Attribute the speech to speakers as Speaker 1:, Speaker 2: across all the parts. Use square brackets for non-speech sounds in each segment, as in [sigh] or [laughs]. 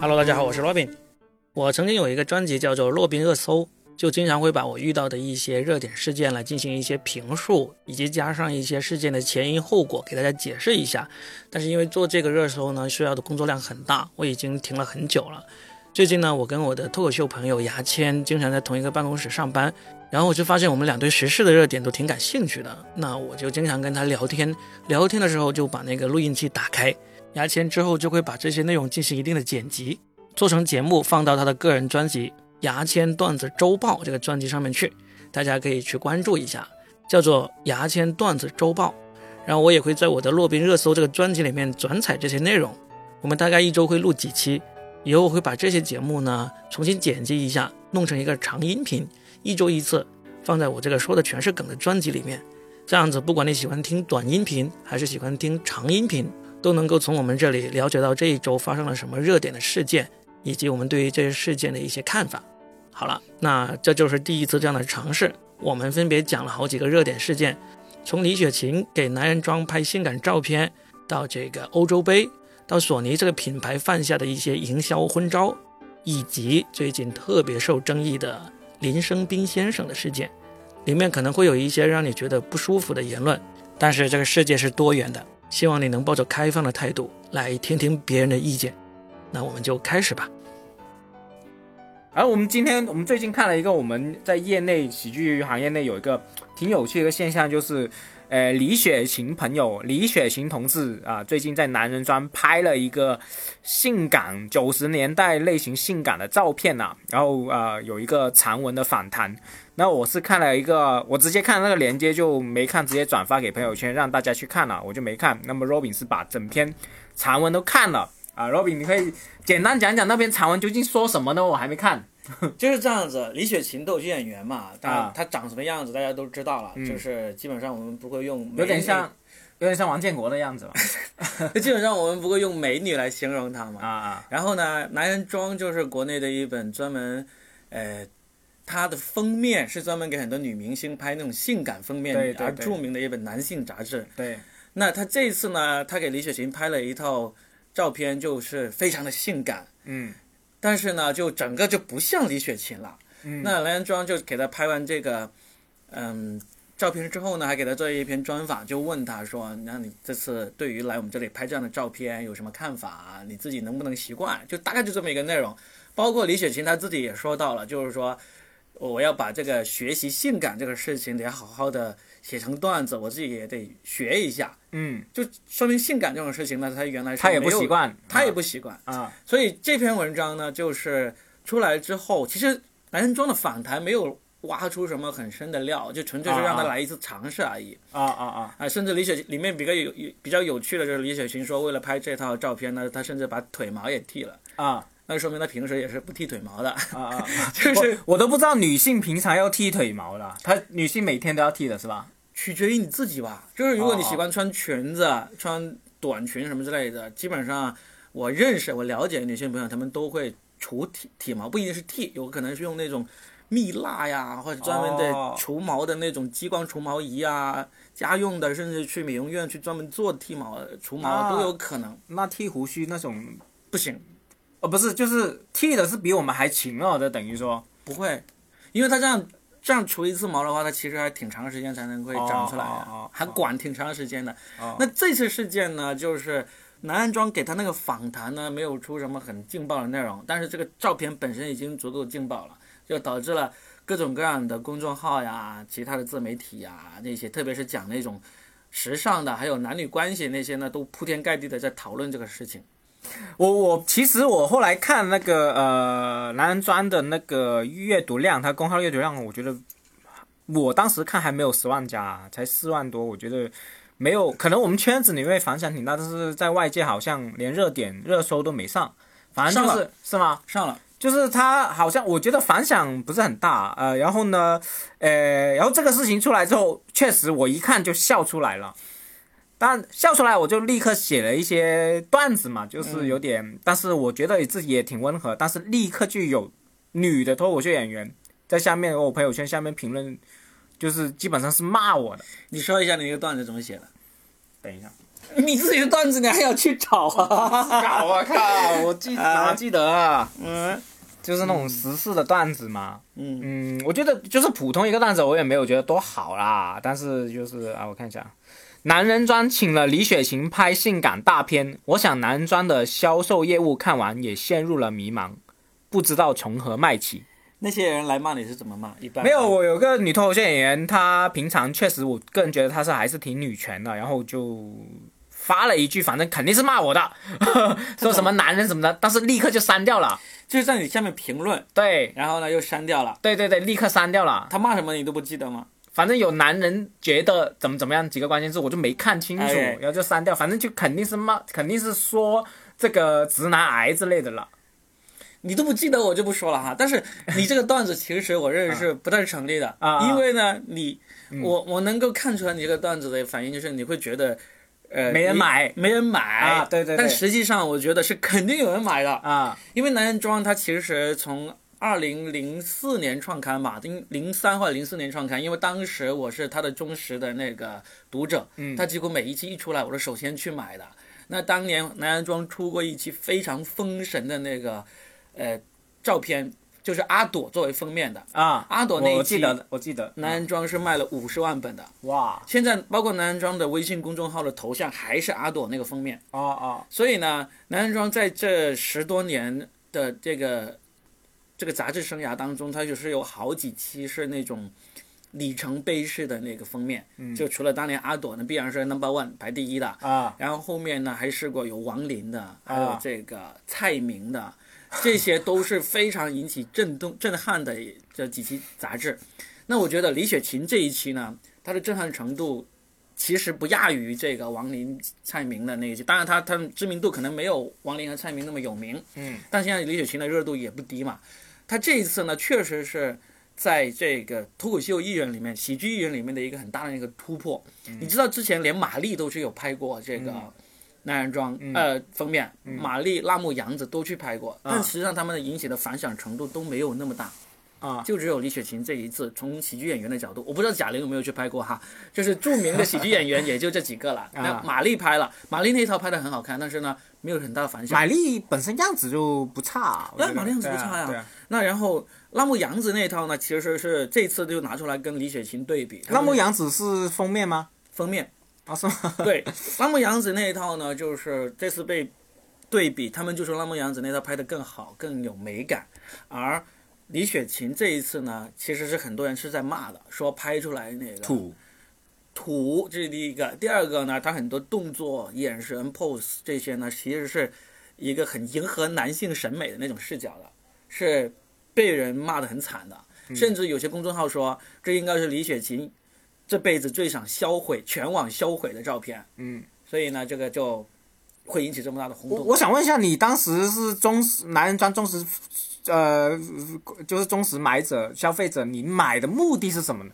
Speaker 1: Hello，大家好，我是 Robin。我曾经有一个专辑叫做《洛宾热搜》，就经常会把我遇到的一些热点事件来进行一些评述，以及加上一些事件的前因后果，给大家解释一下。但是因为做这个热搜呢，需要的工作量很大，我已经停了很久了。最近呢，我跟我的脱口秀朋友牙签经常在同一个办公室上班，然后我就发现我们俩对时事的热点都挺感兴趣的。那我就经常跟他聊天，聊天的时候就把那个录音器打开，牙签之后就会把这些内容进行一定的剪辑，做成节目放到他的个人专辑《牙签段子周报》这个专辑上面去，大家可以去关注一下，叫做《牙签段子周报》。然后我也会在我的洛宾热搜这个专辑里面转采这些内容。我们大概一周会录几期，以后我会把这些节目呢重新剪辑一下，弄成一个长音频，一周一次，放在我这个说的全是梗的专辑里面。这样子，不管你喜欢听短音频还是喜欢听长音频，都能够从我们这里了解到这一周发生了什么热点的事件，以及我们对于这些事件的一些看法。好了，那这就是第一次这样的尝试。我们分别讲了好几个热点事件，从李雪琴给男人装拍性感照片，到这个欧洲杯，到索尼这个品牌犯下的一些营销昏招，以及最近特别受争议的林生斌先生的事件。里面可能会有一些让你觉得不舒服的言论，但是这个世界是多元的，希望你能抱着开放的态度来听听别人的意见。那我们就开始吧。
Speaker 2: 而我们今天，我们最近看了一个我们在业内喜剧行业内有一个挺有趣的一个现象，就是，呃，李雪琴朋友李雪琴同志啊，最近在男人庄拍了一个性感九十年代类型性感的照片呐、然后呃有一个长文的反弹。那我是看了一个，我直接看那个链接就没看，直接转发给朋友圈让大家去看啊了，我就没看。那么 Robin 是把整篇长文都看了啊，Robin 你可以简单讲讲那篇长文究竟说什么呢？我还没看。
Speaker 3: 就是这样子，李雪琴逗趣演员嘛，
Speaker 2: 啊
Speaker 3: 她她长什么样子大家都知道了，就是基本上我们不会用美
Speaker 2: 有点
Speaker 3: [laughs]
Speaker 2: 像，有点像王建国的样子吧？
Speaker 3: 女，基本上我们不会用美女来形容她嘛。
Speaker 2: 啊啊，
Speaker 3: 然后呢，《男人装》就是国内的一本专门，呃，它的封面是专门给很多女明星拍那种性感封面
Speaker 2: 对对对
Speaker 3: 而著名的一本男性杂志。
Speaker 2: [laughs] 对，
Speaker 3: 那他这次呢，他给李雪琴拍了一套照片，就是非常的性感，
Speaker 2: 嗯
Speaker 3: 但是呢，就整个就不像李雪琴了。
Speaker 2: 嗯
Speaker 3: 那蓝人庄就给他拍完这个，嗯，照片之后呢，还给他做了一篇专访，就问他说：“那你这次对于来我们这里拍这样的照片有什么看法啊、你自己能不能习惯？”就大概就这么一个内容。包括李雪琴她自己也说到了，就是说我要把这个学习性感这个事情得好好的写成段子，我自己也得学一下。
Speaker 2: 嗯，
Speaker 3: 就说明性感这种事情呢，他原来是
Speaker 2: 他也
Speaker 3: 没
Speaker 2: 不
Speaker 3: 有
Speaker 2: 习，惯，
Speaker 3: 他也不习惯。
Speaker 2: 啊，
Speaker 3: 所以这篇文章呢，就是出来之后，其实男人装的反弹没有挖出什么很深的料，就纯粹是让他
Speaker 2: 啊啊
Speaker 3: 来一次尝试而已。
Speaker 2: 啊啊啊，
Speaker 3: 啊，甚至李雪里面比较有有比较有趣的就是李雪琴说，为了拍这套照片呢，她甚至把腿毛也剃了。
Speaker 2: 啊
Speaker 3: 那说明她平时也是不剃腿毛的，
Speaker 2: 啊啊！ [laughs]
Speaker 3: 就是
Speaker 2: 我我都不知道女性平常要剃腿毛了，她女性每天都要剃的是吧？
Speaker 3: 取决于你自己吧。就是如果你
Speaker 2: 啊啊
Speaker 3: 喜欢穿裙子、穿短裙什么之类的，基本上我认识、我了解的女性朋友，她们都会除体体毛，不一定是剃，有可能是用那种蜜蜡呀，或者专门
Speaker 2: 哦
Speaker 3: 的除毛的那种激光除毛仪啊，家用的，甚至去美容院去专门做剃毛、除毛
Speaker 2: 啊
Speaker 3: 都有可能。
Speaker 2: 那剃胡须那种，
Speaker 3: 不行，
Speaker 2: 哦，不是，就是剃的是比我们还勤哦，这等于说
Speaker 3: 不会，因为它这样。这样除一次毛的话，它其实还挺长时间才能会长出来的，
Speaker 2: 哦哦哦哦
Speaker 3: 还管挺长时间的。
Speaker 2: 哦
Speaker 3: 那这次事件呢，就是男安装给他那个访谈呢，没有出什么很劲爆的内容，但是这个照片本身已经足够劲爆了，就导致了各种各样的公众号呀、其他的自媒体呀那些，特别是讲那种时尚的，还有男女关系那些呢，都铺天盖地的在讨论这个事情。
Speaker 2: 我我其实我后来看那个呃男人装的那个阅读量，它公号阅读量，我觉得我当时看还没有十万加，才四万多，我觉得没有，可能我们圈子里面反响挺大，但是在外界好像连热点热搜都没上，反正就
Speaker 3: 上
Speaker 2: 是是吗？
Speaker 3: 上了，
Speaker 2: 就是他好像我觉得反响不是很大，呃，然后呢，呃，然后这个事情出来之后，确实我一看就笑出来了，但笑出来我就立刻写了一些段子嘛，就是有点，但是我觉得自己也挺温和，但是立刻就有女的脱口秀演员在下面我朋友圈下面评论，就是基本上是骂我的。
Speaker 3: 你说一下你那个段子怎么写的？
Speaker 2: 等一下，
Speaker 3: 你自己的段子你还要去找啊？
Speaker 2: 搞啊靠！我记
Speaker 3: 啊
Speaker 2: 哪记得啊？
Speaker 3: 嗯
Speaker 2: 就是那种时事的段子嘛。
Speaker 3: 嗯，
Speaker 2: 嗯，我觉得就是普通一个段子，我也没有觉得多好啦。但是就是啊，我看一下，男人装请了李雪琴拍性感大片，我想男人装的销售业务看完也陷入了迷茫，不知道从何卖起。
Speaker 3: 那些人来骂你是怎么骂？一般
Speaker 2: 没有，我有个女脱口秀演员，她平常确实，我个人觉得她是还是挺女权的，然后就发了一句，反正肯定是骂我的， [laughs] 说什么男人什么的，但是立刻就删掉了。
Speaker 3: 就是在你下面评论，
Speaker 2: 对，
Speaker 3: 然后呢又删掉了。
Speaker 2: 对对对，立刻删掉了。
Speaker 3: 他骂什么你都不记得吗？
Speaker 2: 反正有男人觉得怎么怎么样几个关键字，我就没看清楚，
Speaker 3: 哎
Speaker 2: 然后就删掉。反正就肯定是骂，肯定是说这个直男癌之类的了。
Speaker 3: 你都不记得我就不说了哈。但是你这个段子其实我
Speaker 2: [laughs]
Speaker 3: 认为是不太成立的，
Speaker 2: 啊嗯
Speaker 3: 因为呢，你我我能够看出来你这个段子的反应就是你会觉得，呃，
Speaker 2: 没人
Speaker 3: 你
Speaker 2: 买
Speaker 3: 没人买
Speaker 2: 啊对对对
Speaker 3: 但实际上我觉得是肯定有人买的，
Speaker 2: 啊
Speaker 3: 因为男人装它其实从。二零零四年创刊吧，零零三或者零四年创刊，因为当时我是他的忠实的那个读者，
Speaker 2: 嗯
Speaker 3: 他几乎每一期一出来，我是首先去买的。那当年南安庄出过一期非常封神的那个，呃，照片，就是阿朵作为封面的。
Speaker 2: 啊！
Speaker 3: 阿朵那
Speaker 2: 我
Speaker 3: 一
Speaker 2: 我
Speaker 3: 期
Speaker 2: 记得，我记得。嗯
Speaker 3: 南安庄是卖了五十万本的，
Speaker 2: 哇
Speaker 3: 现在包括南安庄的微信公众号的头像还是阿朵那个封面。
Speaker 2: 哦哦
Speaker 3: 所以呢，南安庄在这十多年的这个这个杂志生涯当中，它就是有好几期是那种里程碑式的那个封面。嗯、就除了当年阿朵呢，必然是 number one 排第一的。
Speaker 2: 啊！
Speaker 3: 然后后面呢，还试过有王林的，还有这个蔡明的，这些都是非常引起震动、 [laughs] 震撼的这几期杂志。那我觉得李雪琴这一期呢，她的震撼程度其实不亚于这个王林、蔡明的那一期。当然她，她知名度可能没有王林和蔡明那么有名，
Speaker 2: 嗯，
Speaker 3: 但现在李雪琴的热度也不低嘛。她这一次呢，确实是在这个脱口秀艺人里面、喜剧艺人里面的一个很大的一个突破。你知道之前连马丽都是有拍过这个男人装、呃封面，马丽、辣目洋子都去拍过，但实际上他们的引起的反响程度都没有那么大。
Speaker 2: 啊
Speaker 3: 就只有李雪琴这一次，从喜剧演员的角度，我不知道贾玲有没有去拍过哈，就是著名的喜剧演员也就这几个了。那马丽拍了，马丽那一套拍的很好看，但是呢，没有很大的反响
Speaker 2: 马。丽本身样子就不差，我觉得
Speaker 3: 马丽哎样子不差呀
Speaker 2: 对啊
Speaker 3: 那然后辣目洋子那一套呢，其实是这次就拿出来跟李雪琴对比，
Speaker 2: 对啊辣目洋子是封面吗？
Speaker 3: 封面
Speaker 2: 啊，是吗？
Speaker 3: 对，拉木洋子那一套呢，就是这次被对比，他们就说拉木洋子那套拍得更好，更有美感。而李雪琴这一次呢，其实是很多人是在骂的，说拍出来那个
Speaker 2: 土
Speaker 3: 土，这是第一个。第二个呢，他很多动作、眼神、pose 这些呢，其实是一个很迎合男性审美的那种视角的，是被人骂得很惨的。甚至有些公众号说，这应该是李雪琴这辈子最想销毁、全网销毁的照片。
Speaker 2: 嗯，
Speaker 3: 所以呢，这个就会引起这么大的
Speaker 2: [laughs]
Speaker 3: 轰
Speaker 2: 我
Speaker 3: 动。
Speaker 2: 我想问一下，你当时是忠实男人装忠实，呃，就是忠实买者、消费者，你买的目的是什么呢？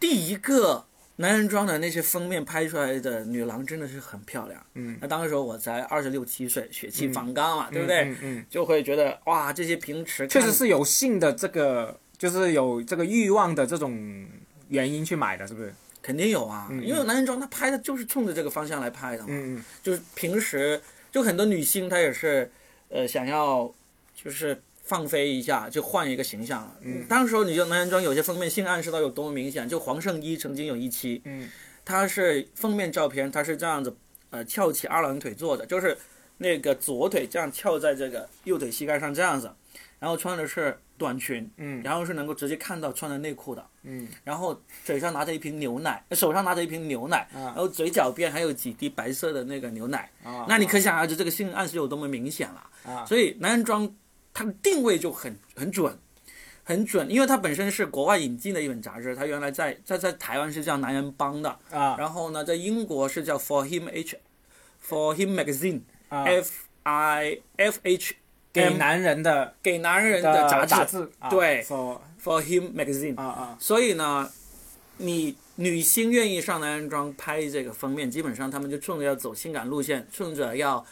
Speaker 3: 第一个男人装的那些封面拍出来的女郎真的是很漂亮。嗯，那当时我才二十六七岁，血气方刚嘛，对不对？
Speaker 2: 嗯嗯嗯
Speaker 3: 就会觉得哇，这些平时
Speaker 2: 确
Speaker 3: 看
Speaker 2: 实是有性的这个，就是有这个欲望的这种原因去买的，是不是？
Speaker 3: 肯定有啊，因为男人装他拍的就是冲着这个方向来拍的嘛。
Speaker 2: 嗯
Speaker 3: 就是平时就很多女星她也是，呃，想要就是放飞一下，就换一个形象。嗯，当时候你就男人装有些封面性暗示到有多么明显，就黄圣依曾经有一期，
Speaker 2: 嗯，
Speaker 3: 她是封面照片，她是这样子，呃，翘起二郎腿坐着，就是那个左腿这样翘在这个右腿膝盖上这样子，然后穿的是短裙，
Speaker 2: 嗯
Speaker 3: 然后是能够直接看到穿着内裤的，
Speaker 2: 嗯
Speaker 3: 然后嘴上拿着一瓶牛奶，呃手上拿着一瓶牛奶，然后嘴角边还有几滴白色的那个牛奶。
Speaker 2: 啊
Speaker 3: 那你可想而知这个性暗示有多么明显了。
Speaker 2: 啊
Speaker 3: 所以男人装它的定位就很很准，很准，因为它本身是国外引进的一本杂志，它原来在在在台湾是叫《男人帮》的，
Speaker 2: 啊
Speaker 3: 然后呢，在英国是叫 For Him H For Him Magazine、
Speaker 2: 啊，
Speaker 3: F I F H
Speaker 2: 给男人的
Speaker 3: 给男人
Speaker 2: 的
Speaker 3: 的杂
Speaker 2: 杂
Speaker 3: 志
Speaker 2: 志，啊
Speaker 3: 对
Speaker 2: 说
Speaker 3: For Him Magazine
Speaker 2: 啊啊
Speaker 3: 所以呢，你女星愿意上男人装拍这个封面，基本上他们就冲着要走性感路线，冲着要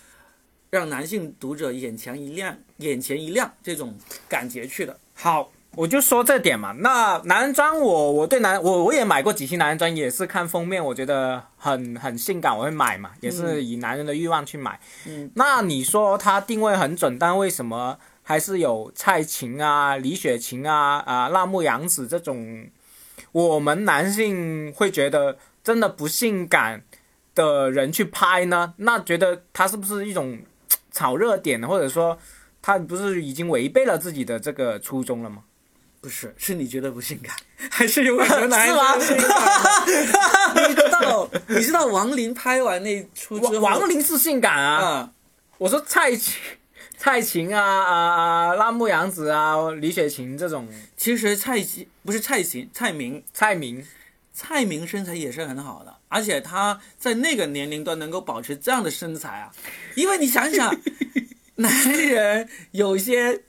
Speaker 3: 让男性读者眼前一亮、眼前一亮这种感觉去的。
Speaker 2: 好，我就说这点嘛。那男人装我，我对男我我也买过几期男人装，也是看封面，我觉得很很性感，我会买嘛，也是以男人的欲望去买。
Speaker 3: 嗯，
Speaker 2: 那你说它定位很准，但为什么还是有蔡琴啊、李雪琴啊、啊辣目洋子这种，我们男性会觉得真的不性感的人去拍呢？那觉得它是不是一种炒热点，或者说他不是已经违背了自己的这个初衷了吗？
Speaker 3: 不是，是你觉得不性感，还是 [laughs] 有很多男
Speaker 2: 是
Speaker 3: 人
Speaker 2: 吗
Speaker 3: 觉得不性 [laughs] 感？你知道，你知道王林拍完那出之后，
Speaker 2: 王王林是性感啊，
Speaker 3: 啊，
Speaker 2: 我说蔡琴、 [laughs] 蔡琴啊啊啊，辣目洋子啊，李雪琴这种
Speaker 3: 其实蔡琴不是蔡琴，蔡明，
Speaker 2: 蔡明。
Speaker 3: 蔡明身材也是很好的，而且他在那个年龄段能够保持这样的身材啊，因为你想
Speaker 2: [laughs]
Speaker 3: 想，男人有些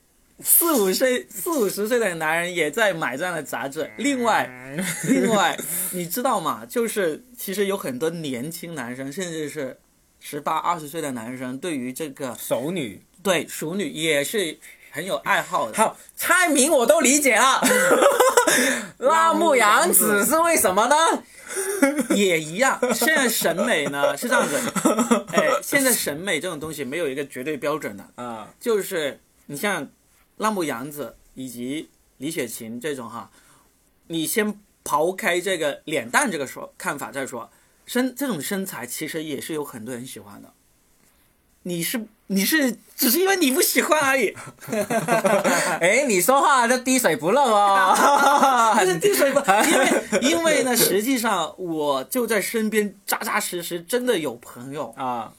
Speaker 3: 四五岁、四五十岁的男人也在买这样的杂志。另外，
Speaker 2: 嗯 [laughs]
Speaker 3: 另外，你知道吗？就是其实有很多年轻男生，甚至是十八、二十岁的男生，对于这个
Speaker 2: 熟女。
Speaker 3: 对熟女也是很有爱好的。
Speaker 2: 好，蔡明我都理解
Speaker 3: 啊
Speaker 2: [laughs] 了，辣目洋子是为什么呢？
Speaker 3: [laughs] 也一样。现在审美呢是这样子，哎，现在审美这种东西没有一个绝对标准的，
Speaker 2: [laughs]
Speaker 3: [laughs]
Speaker 2: 啊，
Speaker 3: 就是你像辣目洋子以及李雪琴这种哈，你先刨开这个脸蛋这个说看法再说，身这种身材其实也是有很多人喜欢的。你是你是只是因为你不喜欢而已，
Speaker 2: 哎，你说话这滴水不漏
Speaker 3: [laughs]
Speaker 2: 哦。
Speaker 3: 但是滴水不，因为因为呢，实际上我就在身边扎扎实实真的有朋友，
Speaker 2: [laughs] 啊，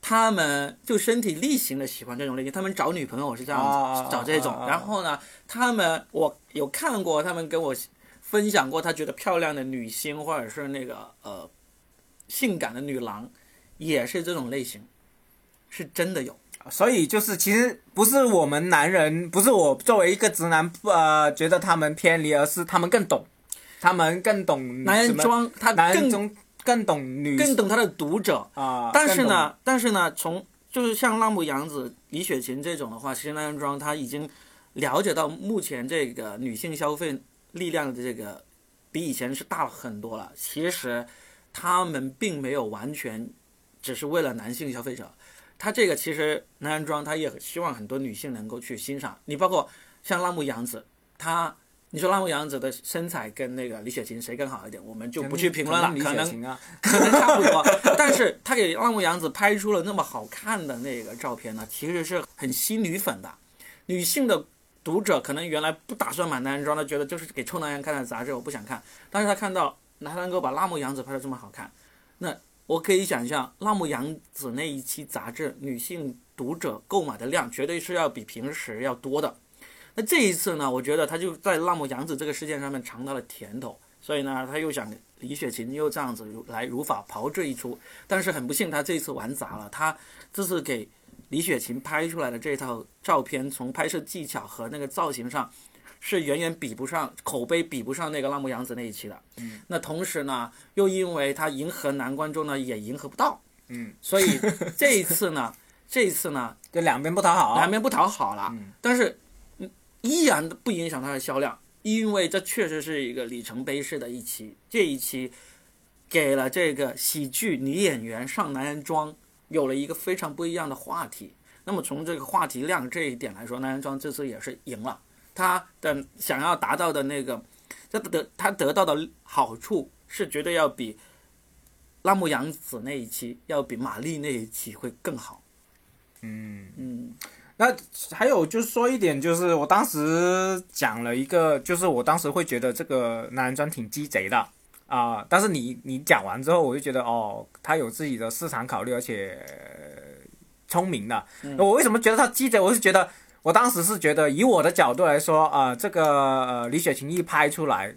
Speaker 3: 他们就身体力行的喜欢这种类型，他们找女朋友是这样子、
Speaker 2: 啊
Speaker 3: 找这种，
Speaker 2: 啊啊
Speaker 3: 然后呢，他们我有看过，他们跟我分享过，他觉得漂亮的女星或者是那个呃性感的女郎，也是这种类型，是真的有。
Speaker 2: 所以就是其实不是我们男人，不是我作为一个直男，呃，觉得他们偏离，而是他们更懂，他们更懂
Speaker 3: 男人
Speaker 2: 什么，
Speaker 3: 装他
Speaker 2: 男人
Speaker 3: 更
Speaker 2: 中更懂女
Speaker 3: 更懂他的读者，
Speaker 2: 啊，
Speaker 3: 但是
Speaker 2: 更懂
Speaker 3: 呢，但是呢，从就是像辣目洋子、李雪琴这种的话，其实男人装他已经了解到目前这个女性消费力量的这个比以前是大了很多了。其实他们并没有完全只是为了男性消费者，他这个其实男人装他也希望很多女性能够去欣赏。你包括像辣目洋子，她。你说辣目洋子的身材跟那个李雪琴谁更好一点，我们就不去评论了，
Speaker 2: 理
Speaker 3: 可
Speaker 2: 解
Speaker 3: 能
Speaker 2: 型啊，
Speaker 3: 可能差不多。 [laughs] 但是他给浪木洋子拍出了那么好看的那个照片呢，其实是很吸女粉的。女性的读者可能原来不打算买男人装的，觉得就是给臭男人看的杂志，我不想看。但是他看到他能够把辣目洋子拍的这么好看，那我可以想象辣目洋子那一期杂志女性读者购买的量绝对是要比平时要多的。那这一次呢，我觉得他就在辣目洋子这个事件上面尝到了甜头，所以呢，他又想李雪琴又这样子如来如法炮制一出，但是很不幸，他这一次玩砸了。他这次给李雪琴拍出来的这套照片，从拍摄技巧和那个造型上，是远远比不上口碑，比不上那个辣目洋子那一期的。嗯，那同时呢，又因为他迎合男观众呢，也迎合不到。
Speaker 2: 嗯，
Speaker 3: 所以这一次呢，这一次呢，
Speaker 2: 就两边不讨好，
Speaker 3: 两边不讨好了，但是嗯依然不影响它的销量，因为这确实是一个里程碑式的一期。这一期给了这个喜剧女演员上男人装有了一个非常不一样的话题。那么从这个话题量这一点来说，男人装这次也是赢了，他的想要达到的那个，他得他得到的好处是绝对要比。拉姆杨子那一期要比玛丽那一期会更好。嗯嗯，
Speaker 2: 那还有就是说一点，就是我当时讲了一个，就是我当时会觉得这个男人装挺鸡贼的啊、但是你你讲完之后，我就觉得哦，他有自己的市场考虑，而且呃聪明的。
Speaker 3: 嗯
Speaker 2: 我为什么觉得他鸡贼？我是觉得我当时是觉得，以我的角度来说啊、这个呃李雪琴一拍出来，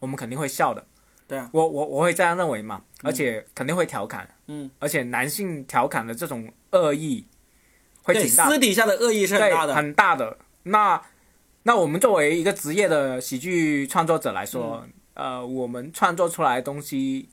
Speaker 2: 我们肯定会笑的。
Speaker 3: 对啊，
Speaker 2: 我我我会这样认为嘛，而且肯定会调侃，
Speaker 3: 嗯，
Speaker 2: 而且男性调侃的这种恶意会
Speaker 3: 对，
Speaker 2: 挺大的
Speaker 3: 私底下的恶意是很
Speaker 2: 对，
Speaker 3: 大的。
Speaker 2: 很大的。那那我们作为一个职业的喜剧创作者来说，
Speaker 3: 嗯
Speaker 2: 呃，我们创作出来的东西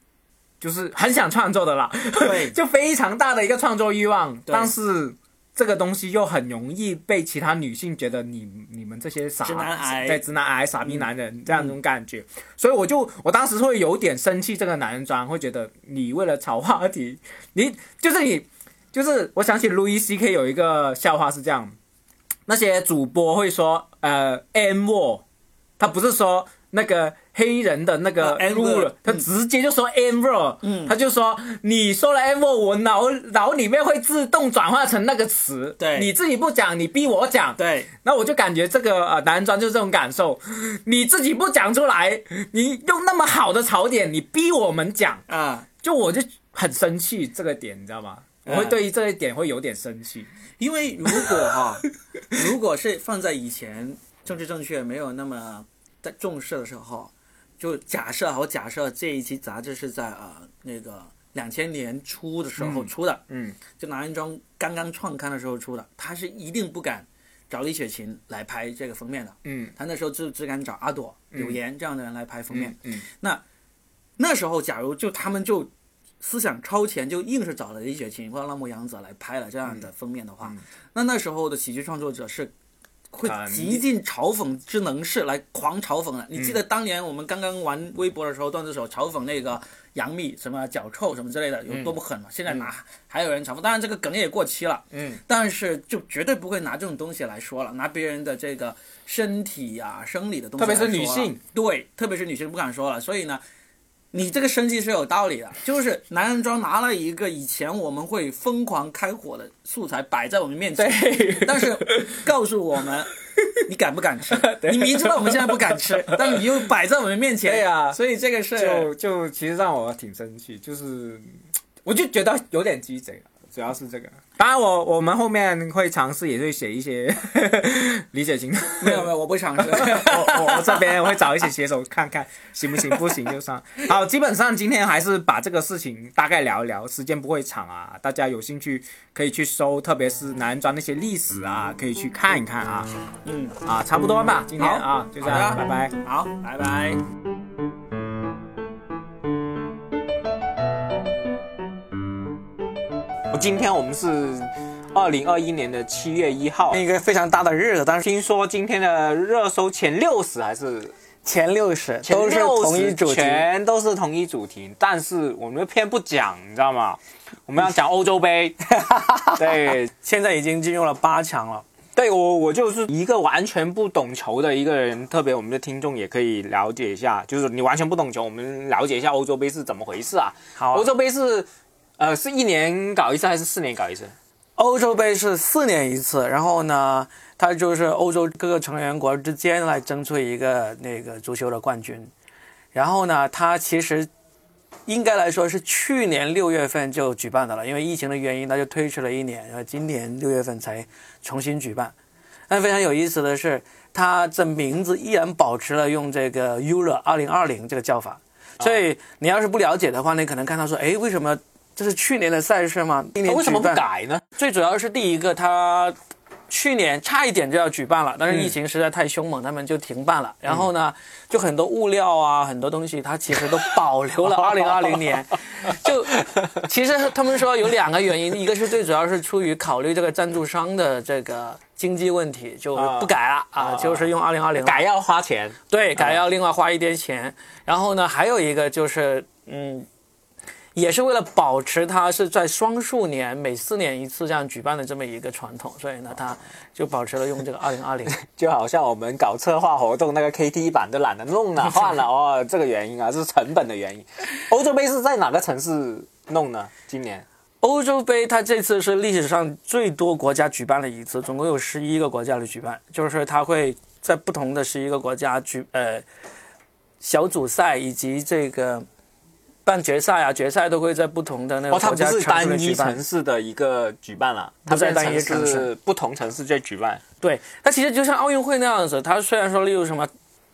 Speaker 2: 就是很想创作的啦，
Speaker 3: 对
Speaker 2: 就非常大的一个创作欲望，
Speaker 3: 对
Speaker 2: 但是。这个东西又很容易被其他女性觉得你你们这些傻
Speaker 4: 直男癌嗯
Speaker 2: 在直男癌、傻逼男人、这样一种感觉，所以我就我当时会有点生气这个男人装，会觉得你为了炒话题，你就是你就是我想起 Louis C K 有一个笑话是这样，那些主播会说呃 N word，他不是说那个黑人的那个
Speaker 4: 啊 N
Speaker 2: rule，、
Speaker 4: word，
Speaker 2: 他直接就说 N word，、
Speaker 4: 嗯
Speaker 2: 他就说你说了 N word，我脑脑里面会自动转化成那个词，
Speaker 4: 对
Speaker 2: 你自己不讲，你逼我讲，
Speaker 4: [laughs] 对，
Speaker 2: 那我就感觉这个呃男人装就是这种感受，你自己不讲出来，你用那么好的槽点，你逼我们讲，
Speaker 4: 啊，
Speaker 2: 就我就很生气这个点，你知道吗？我
Speaker 4: 嗯
Speaker 2: 会对于这一点会有点生气。
Speaker 4: 因为如果哈、如果是放在以前政治正确没有那么在重视的时候，就假设好假设这一期杂志是在呃那个两千年初的时候
Speaker 2: 嗯
Speaker 4: 出的，
Speaker 2: 嗯，
Speaker 4: 就《男人装》刚刚创刊的时候出的，他是一定不敢找李雪琴来拍这个封面的，
Speaker 2: 嗯
Speaker 4: 他那时候就只敢找阿朵、柳岩这样的人来拍封面。 [laughs]
Speaker 2: 嗯 [laughs]
Speaker 4: 那时候，假如就他们就思想超前，就硬是找了李雪琴或者浪木洋子来拍了这样
Speaker 2: 嗯
Speaker 4: 的封面的话，那那时候的喜剧创作者是会
Speaker 2: 肯定
Speaker 4: 极尽嘲讽之能事来狂嘲讽的。你
Speaker 2: 嗯
Speaker 4: 记得当年我们刚刚玩微博的时候，段子手嘲讽那个杨幂什么脚臭什么之类的有多不狠嘛？现在拿还有人嘲讽，当然这个梗也过期了，
Speaker 2: 嗯，
Speaker 4: 但是就绝对不会拿这种东西来说了，拿别人的这个身体呀、生理的东西
Speaker 2: 特
Speaker 4: 来
Speaker 2: 别
Speaker 4: 说
Speaker 2: 是
Speaker 4: 了，
Speaker 2: 女性
Speaker 4: 对，特别是女性不敢说了，所以呢。你这个生气是有道理的，就是男人装拿了一个以前我们会疯狂开火的素材摆在我们面前，
Speaker 2: 哎对，
Speaker 4: 但是告诉我们，你敢不敢
Speaker 3: [laughs]
Speaker 4: 吃？你明知道我们现在不敢吃，但你又摆在我们面前。
Speaker 2: 对啊
Speaker 4: 所以这个是
Speaker 2: 就就其实让我挺生气，就是我就觉得有点鸡贼了，主要是这个。当然我，我们后面会尝试，也会写一些 [laughs] 理解型的。
Speaker 4: 没有没有，我不尝
Speaker 3: [laughs]
Speaker 4: 试。
Speaker 2: [laughs] 我我我这边会找一些写手看看行不行，不行就算。好，基本上今天还是把这个事情大概聊一聊，时间不会长啊，大家有兴趣可以去搜，特别是男装那些历史啊，可以去看一看啊
Speaker 4: 嗯，
Speaker 2: 啊，差不多吧，今天啊就这
Speaker 4: 好
Speaker 2: 样，
Speaker 4: 的
Speaker 2: 拜拜。
Speaker 4: 好，拜拜。
Speaker 2: 今天我们是二零二一年的七月一号，一个非常大的日子。但是听说今天的热搜前六十还是
Speaker 3: 前六十
Speaker 2: 前
Speaker 3: 都是
Speaker 2: 60
Speaker 3: 同一主题，
Speaker 2: 全都是同一主题。但是我们偏不讲，你知道吗？我们要讲欧洲
Speaker 3: [laughs]
Speaker 2: 杯。对
Speaker 3: 现在已经进入了八强了。
Speaker 2: 对，我我就是一个完全不懂球的一个人，特别我们的听众也可以了解一下，就是你完全不懂球，我们了解一下欧洲杯是怎么回事啊？
Speaker 3: 好啊
Speaker 2: 欧洲杯是呃是一年搞一次还是四年搞一次？
Speaker 3: 欧洲杯是四年一次，然后呢，它就是欧洲各个成员国之间来争出一个那个足球的冠军。然后呢，它其实应该来说是去年六月份就举办的了，因为疫情的原因，它就推迟了一年，然后今年六月份才重新举办。但非常有意思的是，它这名字依然保持了用这个 Euro 二零二零这个叫法，所以你要是不了解的话，你可能看到说，哎，为什么这是去年的赛事吗？今年
Speaker 2: 为什么
Speaker 3: 举
Speaker 2: 不
Speaker 3: 办
Speaker 2: 改呢？
Speaker 3: 最主要是第一个，他去年差一点就要举办了，但是疫情实在太凶猛，他们就停办了。然后呢，就很多物料啊，很多东西，它其实都保留 [laughs] 了二零二零年。就其实他们说有两个原因，一个是最主要是出于考虑这个赞助商的这个经济问题，就不改了啊，就是用二零二零
Speaker 2: 改要花钱，
Speaker 3: 对，改要另外花一点钱。然后呢，还有一个就是，嗯，也是为了保持它是在双数年每四年一次这样举办的这么一个传统，所以呢，它就保持了
Speaker 2: [laughs]
Speaker 3: 用这个二零二零。
Speaker 2: 就好像我们搞策划活动那个 KT 版都懒得弄了，换了
Speaker 3: [laughs]
Speaker 2: 哦，这个原因啊，是成本的原因。欧洲杯是在哪个城市弄呢？今年
Speaker 3: 欧洲杯它这次是历史上最多国家举办了一次，总共有十一个国家来举办，就是它会在不同的十一个国家举呃小组赛以及这个半决赛啊、决赛都会在不同的那个
Speaker 2: 哦，它
Speaker 3: 呃国
Speaker 2: 不
Speaker 3: 家
Speaker 2: 是
Speaker 3: 城市来
Speaker 2: 单
Speaker 3: 举
Speaker 2: 一
Speaker 3: 办。
Speaker 2: 城市的一个举办了，它
Speaker 3: 不在
Speaker 2: 变成
Speaker 3: 单一城市
Speaker 2: 是不同城市在举办。
Speaker 3: 对，它其实就像奥运会那样子，它虽然说例如什么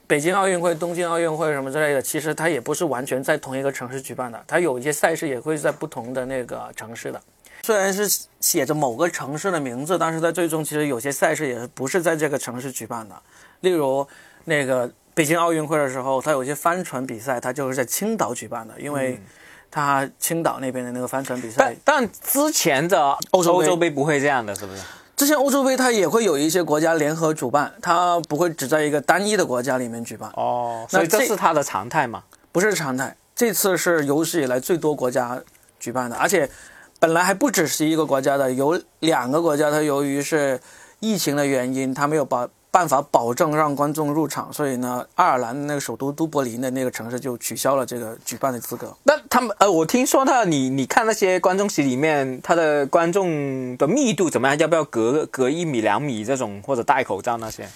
Speaker 3: 北京奥运会、东京奥运会什么之类的，其实它也不是完全在同一个城市举办的，它有一些赛事也会在不同的那个城市的。虽然是写着某个城市的名字，但是在最终其实有些赛事也是不是在这个城市举办的。例如那个北京奥运会的时候，它有一些帆船比赛，它就是在青岛举办的，因为他青岛那边的那个帆船比赛
Speaker 2: 但，但之前的
Speaker 3: 欧洲杯
Speaker 2: 杯不会这样的，是不是？
Speaker 3: 之前欧洲杯它也会有一些国家联合主办，它不会只在一个单一的国家里面举办，
Speaker 2: 哦，
Speaker 3: 那
Speaker 2: 所以这
Speaker 3: 这
Speaker 2: 是它的常态嘛？
Speaker 3: 不是常态。这次是有史以来最多国家举办的，而且本来还不只是一个国家的，有两个国家它由于是疫情的原因，它没有把办法保证让观众入场，所以呢，爱尔兰那个首都都柏林的那个城市就取消了这个举办的资格。
Speaker 2: 那他们呃，我听说他你你看那些观众席里面，他的观众的密度怎么样？要不要隔隔一米两米这种，或者戴口罩那些？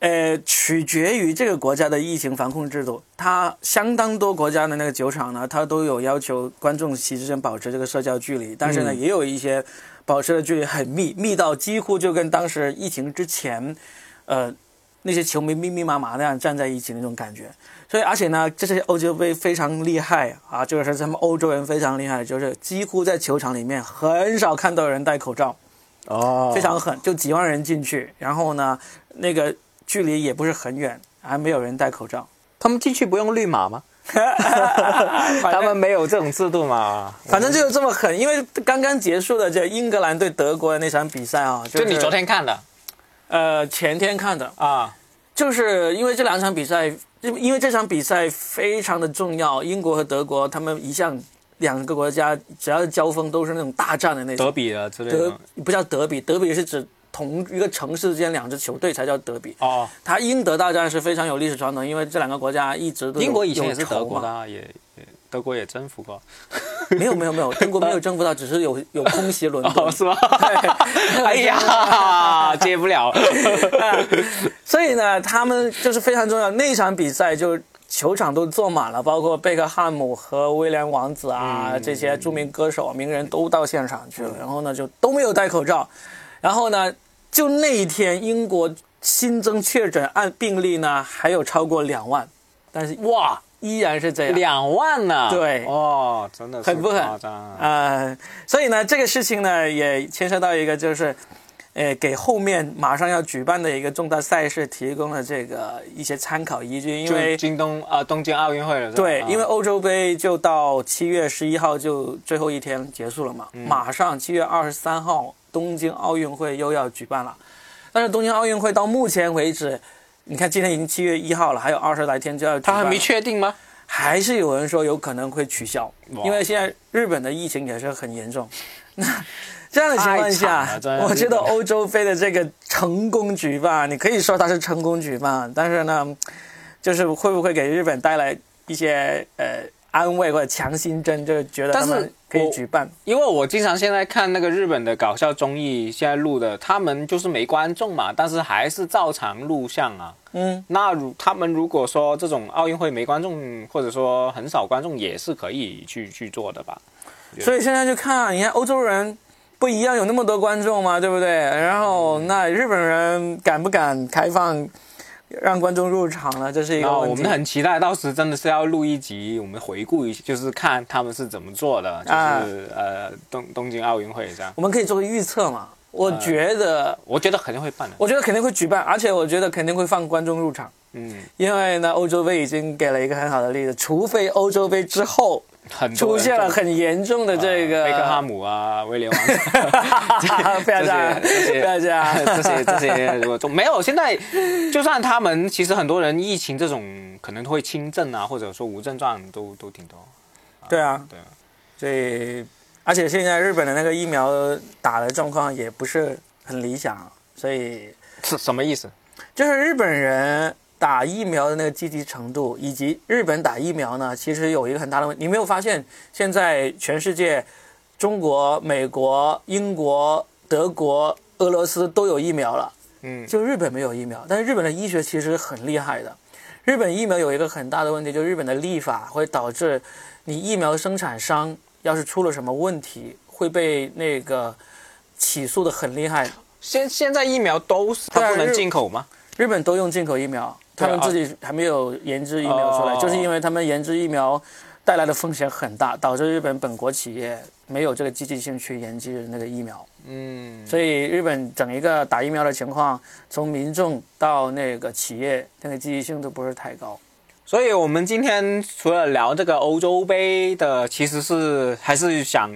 Speaker 3: 呃，取决于这个国家的疫情防控制度。它相当多国家的那个酒厂呢，它都有要求观众席之间保持这个社交距离，但是呢，也有一些保持的距离很密，密到几乎就跟当时疫情之前，呃，那些球迷密密麻麻那样站在一起那种感觉。所以，而且呢，这些欧洲杯非常厉害啊，就是他们欧洲人非常厉害，就是几乎在球场里面很少看到有人戴口罩。
Speaker 2: 哦
Speaker 3: 非常狠，就几万人进去，然后呢，那个距离也不是很远，还没有人戴口罩。
Speaker 2: 他们进去不用绿码 [laughs] 吗？
Speaker 3: 反
Speaker 2: 他
Speaker 3: 正
Speaker 2: 们没有这种制度嘛？
Speaker 3: 反正就是这么狠，因为刚刚结束的这英格兰对德国的那场比赛啊，就、
Speaker 2: 就是你昨天看的
Speaker 3: 呃前天看的，
Speaker 2: 啊？
Speaker 3: 就是因为这两场比赛，因因为这场比赛非常的重要，英国和德国他们一向两个国家只要是交锋都是那种大战的那种
Speaker 2: 德，比的之类
Speaker 3: 德
Speaker 2: 的
Speaker 3: 不叫德比，德比是指同一个城市之间两支球队才叫德比。
Speaker 2: 哦。
Speaker 3: 它英德大战是非常有历史传统，因为这两个国家一直都有
Speaker 2: 英国以前也是
Speaker 3: 有仇嘛
Speaker 2: 德国的啊，也也德国也征服过，
Speaker 3: 没有没有没有，英国没有征服到，只是有有空袭伦
Speaker 2: [laughs]
Speaker 3: 敦
Speaker 2: 哦，。是吗？哎
Speaker 3: [laughs]
Speaker 2: 呀，接不了。
Speaker 3: [laughs] 所以呢，他们就是非常重要。那场比赛就球场都坐满了，包括贝克汉姆和威廉王子啊、这些著名歌手、名人都到现场去了。然后呢，就都没有戴口罩。然后呢，就那一天，英国新增确诊案病例呢还有超过两万，但是
Speaker 2: [laughs] 哇，
Speaker 3: 依然是这样。
Speaker 2: 两万呢？
Speaker 3: 对
Speaker 2: 哦，真的是
Speaker 3: 很不狠
Speaker 2: 夸张啊
Speaker 3: 呃，所以呢，这个事情呢，也牵涉到一个就是，呃，给后面马上要举办的一个重大赛事提供了这个一些参考依据，因
Speaker 2: 就
Speaker 3: 为。
Speaker 2: 京东啊、东京奥运会了，是吧
Speaker 3: 对
Speaker 2: 啊，
Speaker 3: 因为欧洲杯就到七月十一号就最后一天结束了嘛，
Speaker 2: 嗯
Speaker 3: 马上七月二十三号东京奥运会又要举办了，但是东京奥运会到目前为止，你看今天已经七月一号了，还有二十来天就要举
Speaker 2: 他
Speaker 3: 办了，
Speaker 2: 还没确定吗？
Speaker 3: 还是有人说有可能会取消，
Speaker 2: 哇
Speaker 3: 因为现在日本的疫情也是很严重。那这样的情况
Speaker 2: 太惨
Speaker 3: 下
Speaker 2: 了真的，
Speaker 3: 我觉得
Speaker 2: 日本
Speaker 3: 欧洲杯的这个成功举办，你可以说它是成功举办，但是呢，就是会不会给日本带来一些呃安慰或者强心针，就是觉得
Speaker 2: 但
Speaker 3: 他
Speaker 2: 是
Speaker 3: 们可以
Speaker 2: 我
Speaker 3: 举办。
Speaker 2: 因为我经常现在看那个日本的搞笑综艺，现在录的，他们就是没观众嘛，但是还是照常录像啊。
Speaker 3: 嗯，
Speaker 2: 那如他们如果说这种奥运会没观众，或者说很少观众，也是可以去去做的吧？
Speaker 3: 所以现在就看，啊你看欧洲人不一样，有那么多观众嘛，对不对？然
Speaker 2: 嗯
Speaker 3: 后那日本人敢不敢开放让观众入场呢？这是一个
Speaker 2: 那
Speaker 3: 问题。
Speaker 2: 我们很期待，到时真的是要录一集，我们回顾一下，就是看他们是怎么做的，就是、
Speaker 3: 啊
Speaker 2: 呃东东京奥运会这样。
Speaker 3: 我们可以做个预测嘛？我觉得，
Speaker 2: 我觉得肯定会办的。
Speaker 3: 我觉得肯定会举办，而且我觉得肯定会放观众入场，
Speaker 2: 嗯，
Speaker 3: 因为呢，欧洲杯已经给了一个很好的例子，除非欧洲杯之后
Speaker 2: 很多
Speaker 3: 出
Speaker 2: 人
Speaker 3: 现了
Speaker 2: 就呃
Speaker 3: 很严重的这个
Speaker 2: 贝克汉姆啊，威廉王
Speaker 3: [laughs]
Speaker 2: 子， [laughs]
Speaker 3: 不要这样
Speaker 2: 这些
Speaker 3: 不要这样
Speaker 2: 这些这些，如果都没有，现在就算他们，其实很多人疫情这种可能会轻症啊，或者说无症状都都挺多。
Speaker 3: 对啊，
Speaker 2: 对啊
Speaker 3: 所以而且现在日本的那个疫苗打的状况也不是很理想，所以
Speaker 2: 是什么意思？
Speaker 3: 就是日本人打疫苗的那个积极程度，以及日本打疫苗呢，其实有一个很大的问题。你没有发现现在全世界，中国、美国、英国、德国、俄罗斯都有疫苗了，
Speaker 2: 嗯，
Speaker 3: 就日本没有疫苗。但是日本的医学其实很厉害的。日本疫苗有一个很大的问题，就是日本的立法会导致你疫苗生产商要是出了什么问题，会被那个起诉的很厉害。
Speaker 2: 现现在疫苗都是它
Speaker 3: 对啊
Speaker 2: 不能
Speaker 3: 日
Speaker 2: 进口吗？
Speaker 3: 日本都用进口疫苗，他
Speaker 2: 对啊
Speaker 3: 们自己还没有研制疫苗出来，
Speaker 2: 哦
Speaker 3: 就是因为他们研制疫苗带来的风险很大，导致日本本国企业没有这个积极性去研制那个疫苗。
Speaker 2: 嗯，
Speaker 3: 所以日本整一个打疫苗的情况，从民众到那个企业，那个积极性都不是太高。
Speaker 2: 所以我们今天除了聊这个欧洲杯的，其实是还是想